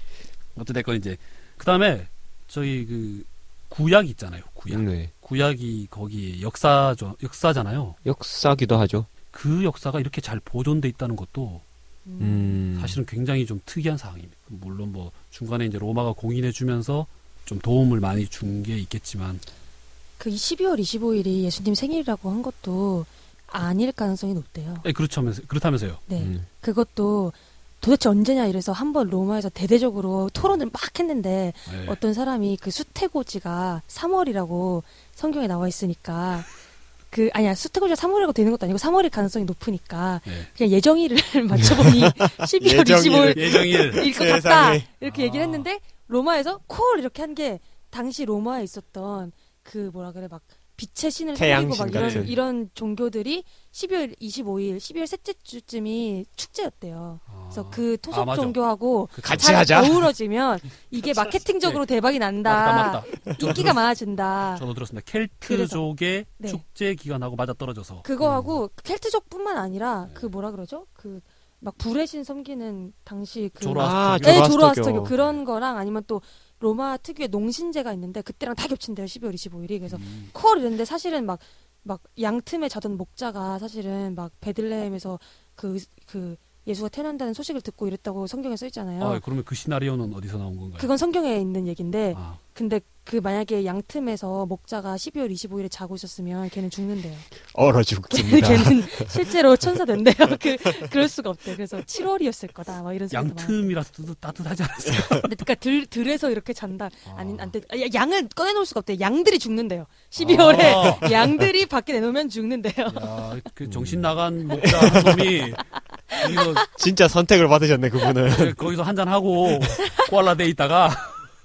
어찌됐건 이제 그 다음에 저희 그 구약 있잖아요. 구약.
네.
구약이 거기 역사죠. 역사잖아요.
역사기도 하죠.
그 역사가 이렇게 잘 보존돼 있다는 것도
음.
사실은 굉장히 좀 특이한 상황입니다. 물론 뭐 중간에 이제 로마가 공인해주면서 좀 도움을 많이 준 게 있겠지만
그 12월 25일이 예수님 생일이라고 한 것도 아닐 가능성이 높대요.
예, 그렇다면서 그렇다면서요.
네.
음.
그것도 도대체 언제냐 이래서 한 번 로마에서 대대적으로 토론을 막 했는데
네.
예.
어떤 사람이 그 수태고지가 3월이라고 성경에 나와 있으니까 그 아니야 수태고지가 3월이라고 되는 것도 아니고 3월일 가능성이 높으니까
예.
그냥 예정일을 맞춰보니 12월
네. 예정일을
25일
예정일
일 것 같다
세상에. 아.
이렇게 얘기를 했는데 로마에서 콜 이렇게 한 게 당시 로마에 있었던 그 뭐라 그래 막 빛의 신을
태양신
섬기고 막 이런
같은.
이런 종교들이 12월 25일 12월 셋째 주쯤이 축제였대요. 그래서 그
아,
토속
맞아.
종교하고 그
같이
잘
하자.
아,
어우러지면 이게 마케팅적으로 대박이 난다.
네. 맞다 맞다.
인기가 많아진다.
저도 들었습니다. 켈트족의
네.
축제 기간하고 맞아 떨어져서 음.
그거하고 켈트족뿐만 아니라 그 뭐라 그러죠? 그 막 불의 신 섬기는 당시 그
조라-
아,
네,
조라스터교.
조로아스터교 그런 거랑 아니면 또 로마 특유의 농신제가 있는데 그때랑 다 겹친대요. 12월 25일이.
음.
그래서 콜 이랬는데 사실은 막 막 양틈에 자던 목자가 사실은 막 베들레헴에서 그 그 예수가 태어난다는 소식을 듣고 이랬다고 성경에 써 있잖아요.
아, 그러면 그 시나리오는 어디서 나온 건가요?
그건 성경에 있는 얘기인데
아,
근데 그 만약에 양틈에서 목자가 12월 25일에 자고 있었으면 걔는 죽는데요.
얼어
걔-
죽습니다.
걔는 실제로 천사 된대요. 그 그럴 수가 없대. 그래서 7월이었을 거다. 막 이런 소리도 많아요.
양틈이라서 따- 따뜻하지 않았어요.
근데 그러니까 들 들에서 이렇게 잔다. 아니 안돼. 양을 꺼내 놓을 수가 없대. 양들이 죽는데요. 12월에
아.
양들이 밖에 내놓으면
예.
죽는데요.
야,
음.
그 정신 나간 목자 한 놈이 거기서,
진짜 선택을 받으셨네 그분은.
거기서 한잔 하고 꼬알라 돼 있다가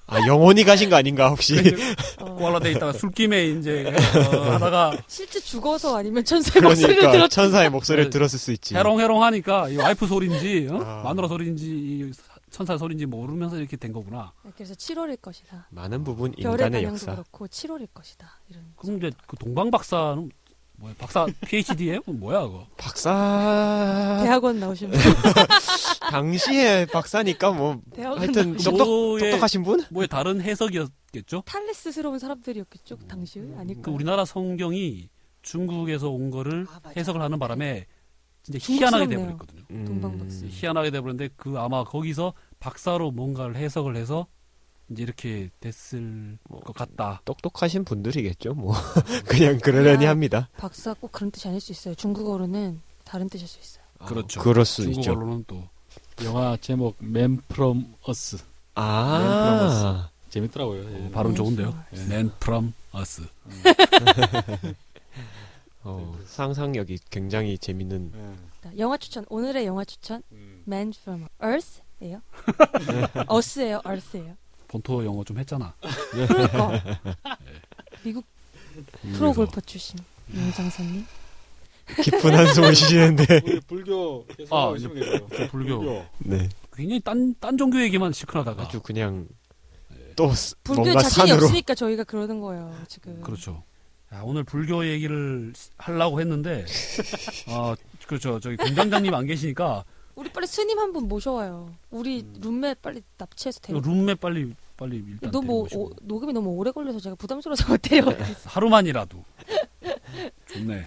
아 영혼이 가신 거 아닌가 혹시?
이제
어,
꼬알라 돼 있다가 술김에 이제 어, 하다가
실제 죽어서 아니면 천사의 목소리를
그러니까
들었
천사의 목소리를
네.
들었을 수 있지.
해롱해롱 하니까 이 와이프 소리인지 어?
아.
마누라 소리인지 이 천사 소리인지 모르면서 이렇게 된 거구나.
네, 그래서 7월일 것이다.
많은 부분
별의
인간의
반영도
역사. 음.
그렇고 7월일 것이다. 이런.
그럼 이제 그 동방 박사는 뭐야? 박사 PhD에 뭐야 그거?
박사 아.
대학원 나오신 분.
당시에 박사니까 뭐
대학
하여튼 똑똑,
뭐의
똑똑하신 분?
뭐의 다른 해석이었겠죠?
탈레스스러운 사람들이었겠죠 당시 아닐까.
그 우리나라 성경이 중국에서 온 거를
아, 맞아.
해석을 하는 바람에 진짜 희한하게
중국스럽네요.
음.
돼버렸거든요.
동방박사.
이제 희한하게 돼버렸는데 그 아마 거기서 박사로 뭔가를 해석을 해서 이제 이렇게 됐을
뭐
것 같다.
똑똑하신 분들이겠죠. 뭐 그냥 그러려니
그냥-
합니다.
박사 꼭 그런 뜻이 아닐 수 있어요. 중국어로는 다른 뜻일 수 있어요.
그렇죠.
그럴 수 있죠.
중국어로는 또
그 영화 제목 Man From Us
네,
아,
재밌더라고요. 예.
발음
네,
좋은데요.
네.
Man from us. 네,
어, 상상력이 굉장히 재밌는.
예.
자, 영화 추천 오늘의 영화 추천
음.
Man from Earth예요. Earth예요. Earth예요.
본토 영어 좀 했잖아.
음. 그러니까
네.
미국
그래서
프로 골퍼 출신 윤장선님.
깊은 한숨을 쉬시는데.
우리 불교 계속
아,
하고 있으면 되죠.
불교.
네.
굉장히 딴, 딴 종교 얘기만 시큰하다가.
아주 그냥
네.
또 스-
불교에
뭔가
자신이
산으로.
없으니까 저희가 그러는 거예요 지금.
그렇죠. 야, 오늘 불교 얘기를 시- 하려고 했는데, 아, 그렇죠. 저기 공장장님 안 계시니까,
우리 빨리 스님 한 분 모셔와요. 우리 룸메 빨리 납치해서
이거 음.
데리고.
그 룸메 빨리, 빨리 일단.
네. 너무 뭐
데리고
오-
오시고.
녹음이 너무 오래 걸려서 제가 부담스러워서 못 데려가고 있어요.
하루만이라도. 좋네.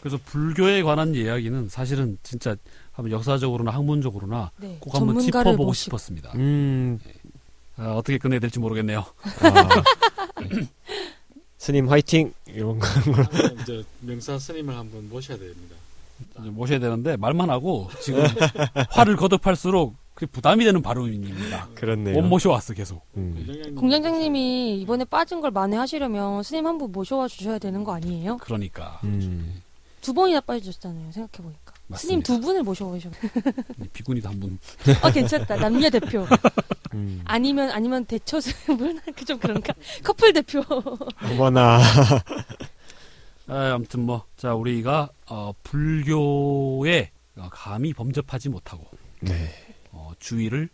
그래서 불교에 관한 이야기는 사실은 진짜 한번 역사적으로나 학문적으로나
네.
꼭 한번
전문가를
짚어보고
모시고.
싶었습니다.
음.
아, 어떻게 끝내야 될지 모르겠네요.
아. 스님 화이팅 이런 거.
한번 이제 명사 스님을 한번 모셔야 됩니다.
이제 모셔야 되는데 말만 하고 지금 화를 거듭할수록 그게 부담이 되는 발언입니다.
그렇네요.
못 모셔왔어 계속.
음.
공장장님이 이번에 빠진 걸 만회하시려면 스님 한 분 모셔와 주셔야 되는 거 아니에요?
그러니까
음.
두 번이나 빠지셨잖아요. 생각해 보니까. 스님
맞습니다.
두 분을 모셔오셔.
비군이도 한 분.
아 괜찮다. 남녀 대표.
음.
아니면 아니면 대처 스님은 좀 그런가. 커플 대표.
어머나.
아, 아무튼 뭐 자 우리가 어, 불교에 어, 감히 범접하지 못하고
네.
어, 주의를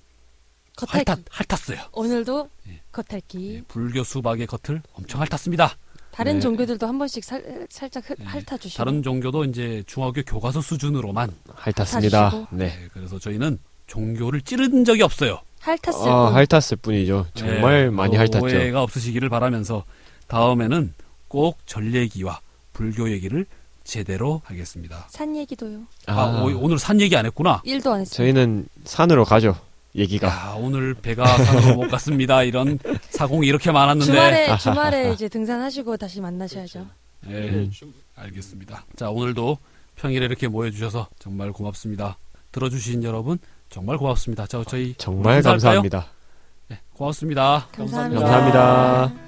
겉핥기.
핥았, 핥았어요.
오늘도
예.
겉핥기.
예, 불교 수박의 겉을 엄청 핥았습니다.
다른
네.
종교들도 한 번씩 살, 살짝 흩-
네.
핥아 주시고.
다른 종교도 이제 중학교 교과서 수준으로만
핥았습니다.
사주시고.
네.
예, 그래서 저희는 종교를 찌른 적이 없어요.
핥았을
아,
뿐.
핥았을 뿐이죠. 정말
예,
많이
어,
핥았죠.
오해가 없으시기를 바라면서 다음에는 꼭 절 얘기와 불교 얘기를 제대로 하겠습니다.
산 얘기도요.
아, 오, 늘산 얘기 안 했구나.
일도 안 했어요.
저희는 산으로 가죠. 얘기가.
야, 오늘 배가 산으로 못 갔습니다. 이런 사공이 이렇게 많았는데.
주말에 주말에 이제 등산하시고 다시 만나셔야죠.
예,
그렇죠.
음.
알겠습니다. 자, 오늘도 평일에 이렇게 모여주셔서 정말 고맙습니다. 들어주신 여러분 정말 고맙습니다. 자, 저희
정말
인사할까요?
감사합니다.
네, 고맙습니다.
감사합니다.
감사합니다.